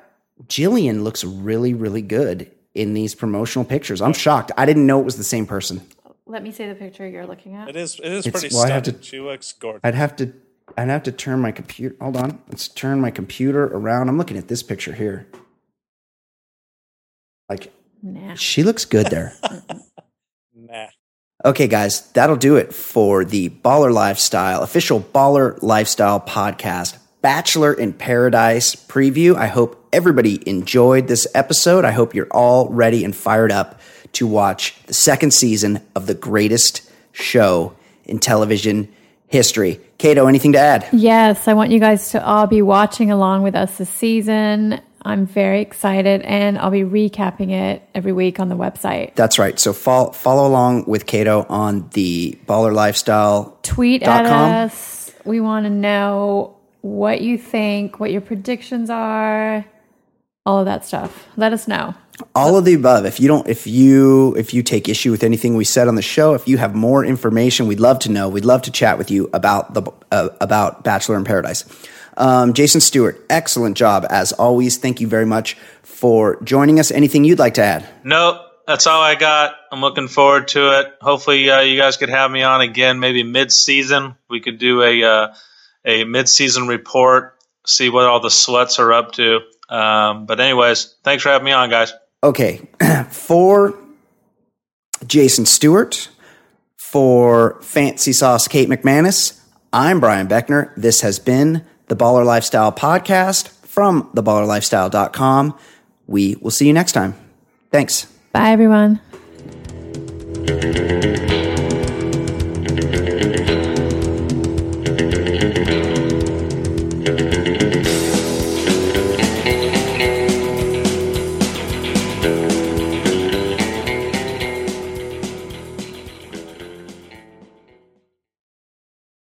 Speaker 3: Jillian looks really, really good in these promotional pictures. I'm shocked. I didn't know it was the same person.
Speaker 1: let me see the picture you're looking at.
Speaker 2: It is it is
Speaker 3: It's-
Speaker 2: pretty
Speaker 3: well, I have
Speaker 2: stunning.
Speaker 3: to-
Speaker 2: she looks gorgeous.
Speaker 3: I'd have to. I'd have to turn my computer. Hold on. Let's turn my computer around. I'm looking at this picture here. Like
Speaker 1: Nah.
Speaker 3: she looks good there.
Speaker 2: nah.
Speaker 3: Okay, guys, that'll do it for the Baller Lifestyle, official Baller Lifestyle podcast, Bachelor in Paradise preview. I hope everybody enjoyed this episode. I hope you're all ready and fired up to watch the second season of the greatest show in television history. Cato, anything to add?
Speaker 1: Mm-hmm. Yes, I want you guys to all be watching along with us this season. I'm very excited and I'll be recapping it every week on the website.
Speaker 3: That's right. So follow, follow along with Cato on the Baller Lifestyle.
Speaker 1: Tweet
Speaker 3: Dot
Speaker 1: at
Speaker 3: com.
Speaker 1: us. We want to know what you think, what your predictions are, all of that stuff. Let us know.
Speaker 3: all of the above if you don't if you if you take issue with anything we said on the show if you have more information we'd love to know we'd love to chat with you about the uh, about bachelor in paradise um, jason stewart excellent job as always thank you very much for joining us anything you'd like to add
Speaker 2: Nope, that's all I got. I'm looking forward to it. Hopefully, uh, you guys could have me on again, maybe mid-season. We could do a uh, a mid-season report, see what all the sluts are up to. Um, but anyways, thanks for having me on, guys.
Speaker 3: okay for jason stewart for fancy sauce kate mcmanus i'm brian beckner this has been the baller lifestyle podcast from theballerlifestyle.com we will see you next time thanks
Speaker 1: Bye, everyone.